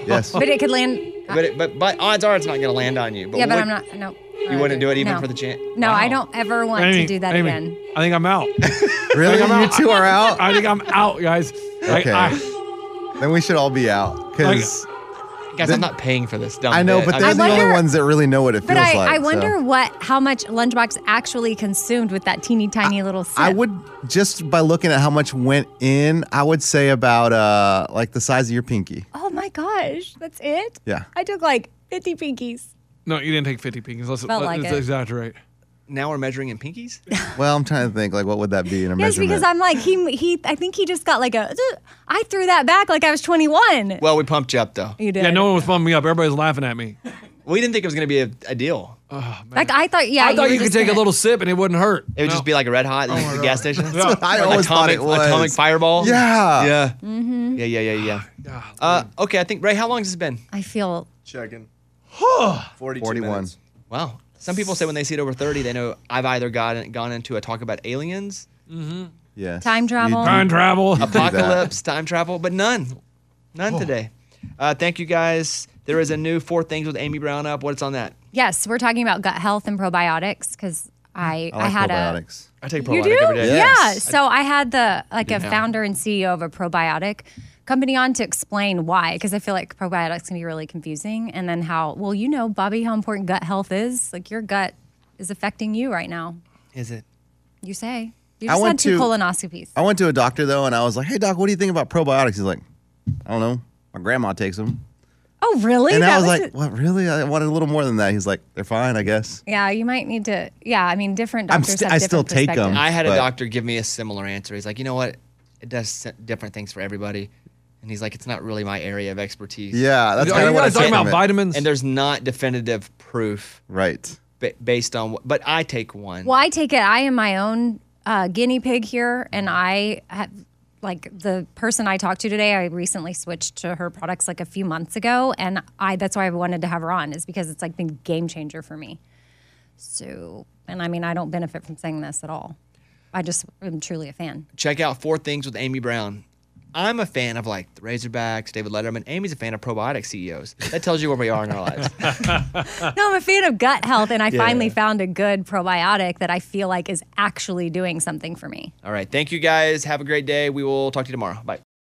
[SPEAKER 6] Yes.
[SPEAKER 7] But it could land.
[SPEAKER 2] But, it, but but odds are it's not going to land on you. But
[SPEAKER 7] yeah, but
[SPEAKER 2] would-
[SPEAKER 7] I'm not. No.
[SPEAKER 2] You wouldn't do it even
[SPEAKER 7] No.
[SPEAKER 2] for the chance.
[SPEAKER 7] No, I don't ever want
[SPEAKER 9] Amy,
[SPEAKER 7] to do that
[SPEAKER 9] Amy,
[SPEAKER 7] again.
[SPEAKER 9] I think I'm out.
[SPEAKER 6] Really? You two are out?
[SPEAKER 9] I think I'm out, guys. Like,
[SPEAKER 6] Okay.
[SPEAKER 9] I-
[SPEAKER 6] then we should all be out because
[SPEAKER 2] guys, I'm not paying for this. Dumb
[SPEAKER 6] I know,
[SPEAKER 2] bit.
[SPEAKER 6] but
[SPEAKER 2] I'm
[SPEAKER 6] they're
[SPEAKER 2] just-
[SPEAKER 6] the only ones that really know what it feels
[SPEAKER 7] But I,
[SPEAKER 6] like.
[SPEAKER 7] I
[SPEAKER 6] so.
[SPEAKER 7] wonder what how much Lunchbox actually consumed with that teeny tiny little sip.
[SPEAKER 6] I would just by looking at how much went in, I would say about uh like the size of your pinky.
[SPEAKER 7] Oh my gosh, that's it.
[SPEAKER 6] Yeah.
[SPEAKER 7] I took like 50 pinkies.
[SPEAKER 9] no, you didn't take 50 pinkies. Let's,
[SPEAKER 7] Felt like
[SPEAKER 9] let's
[SPEAKER 7] it.
[SPEAKER 9] exaggerate.
[SPEAKER 2] Now we're measuring in pinkies.
[SPEAKER 6] Well, I'm trying to think like what would that be in a
[SPEAKER 7] Yes,
[SPEAKER 6] measurement?
[SPEAKER 7] because I'm like he he. I think he just got like a. I threw that back like I was 21.
[SPEAKER 2] well, we pumped you up though.
[SPEAKER 7] You did.
[SPEAKER 9] Yeah, no one was bumming me up. Everybody's laughing at me.
[SPEAKER 2] We didn't think it was going to be a, a deal.
[SPEAKER 7] like I thought. Yeah,
[SPEAKER 9] I thought
[SPEAKER 7] were
[SPEAKER 9] you could
[SPEAKER 7] just
[SPEAKER 9] take a
[SPEAKER 7] gonna-
[SPEAKER 9] little sip and it wouldn't hurt.
[SPEAKER 2] It would just be like a red hot at the gas station.
[SPEAKER 9] That's what I
[SPEAKER 2] Or
[SPEAKER 9] always
[SPEAKER 2] atomic,
[SPEAKER 9] thought it was.
[SPEAKER 2] Atomic fireball.
[SPEAKER 9] Yeah.
[SPEAKER 2] Yeah.
[SPEAKER 7] Mm-hmm.
[SPEAKER 2] Yeah. Yeah. Yeah. Yeah. uh, okay, I think Ray. How long has this been?
[SPEAKER 7] I feel.
[SPEAKER 4] Checking.
[SPEAKER 2] 42
[SPEAKER 4] 41.
[SPEAKER 2] minutes. Wow. Some people say when they see it over 30, they know I've either gotten gone into a talk about aliens,
[SPEAKER 7] Mhm.
[SPEAKER 6] yeah.
[SPEAKER 7] Time travel.
[SPEAKER 9] Time travel. You do that.
[SPEAKER 2] apocalypse, time travel, but none, none today. Uh, thank you guys. There is a new four things with Amy Brown up. What's on that?
[SPEAKER 7] Yes, we're talking about gut health and probiotics because I I,
[SPEAKER 2] like
[SPEAKER 7] had a.
[SPEAKER 2] probiotics. I take
[SPEAKER 7] you
[SPEAKER 2] probiotic
[SPEAKER 7] do?
[SPEAKER 2] every day.
[SPEAKER 7] Yeah.
[SPEAKER 2] Yes.
[SPEAKER 7] So I had the like a
[SPEAKER 2] Didn't know.
[SPEAKER 7] founder and CEO of a probiotic company on to explain why because I feel like probiotics can be really confusing and then how well you know Bobby how important gut health is like your gut is affecting you right now.
[SPEAKER 2] Is it?
[SPEAKER 7] You say you
[SPEAKER 6] I
[SPEAKER 7] just
[SPEAKER 6] went
[SPEAKER 7] had two
[SPEAKER 6] to-
[SPEAKER 7] colonoscopies.
[SPEAKER 6] I went to a doctor though and I was like, Hey doc, what do you think about probiotics? He's like, I don't know. My grandma takes them.
[SPEAKER 7] Oh really?
[SPEAKER 6] and I was,
[SPEAKER 7] it.
[SPEAKER 6] like, What really? I wanted a little more than that. He's like, They're fine, I guess.
[SPEAKER 7] Yeah, you might need to. Yeah, I mean, different
[SPEAKER 6] I'm
[SPEAKER 7] doctors
[SPEAKER 6] st-
[SPEAKER 7] have
[SPEAKER 6] I still
[SPEAKER 7] different
[SPEAKER 6] take 'em.
[SPEAKER 7] perspectives.
[SPEAKER 2] I had a
[SPEAKER 6] But-
[SPEAKER 2] doctor give me a similar answer. He's like, you know what? It does s- different things for everybody. And he's like, it's not really my area of expertise.
[SPEAKER 6] Yeah, that's Are kinda you what I guys took talking from about it.
[SPEAKER 9] vitamins?
[SPEAKER 2] And there's not definitive proof.
[SPEAKER 6] Right.
[SPEAKER 2] Ba- based on, what, but I take one.
[SPEAKER 7] Well, I take it. I am my own uh, guinea pig here, and I have like the person I talked to today. I recently switched to her products like a few months ago, and I that's why I wanted to have her on is because it's like been game changer for me. So, and I mean, I don't benefit from saying this at all. I just am truly a fan.
[SPEAKER 2] Check out Four Things with Amy Brown. I'm a fan of like the Razorbacks, David Letterman. Amy's a fan of probiotic CEOs. That tells you where we are in our lives.
[SPEAKER 7] No, I'm a fan of gut health, and I
[SPEAKER 2] Yeah.
[SPEAKER 7] finally found a good probiotic that I feel like is actually doing something for me.
[SPEAKER 2] All right. Thank you guys. Have a great day. We will talk to you tomorrow. Bye.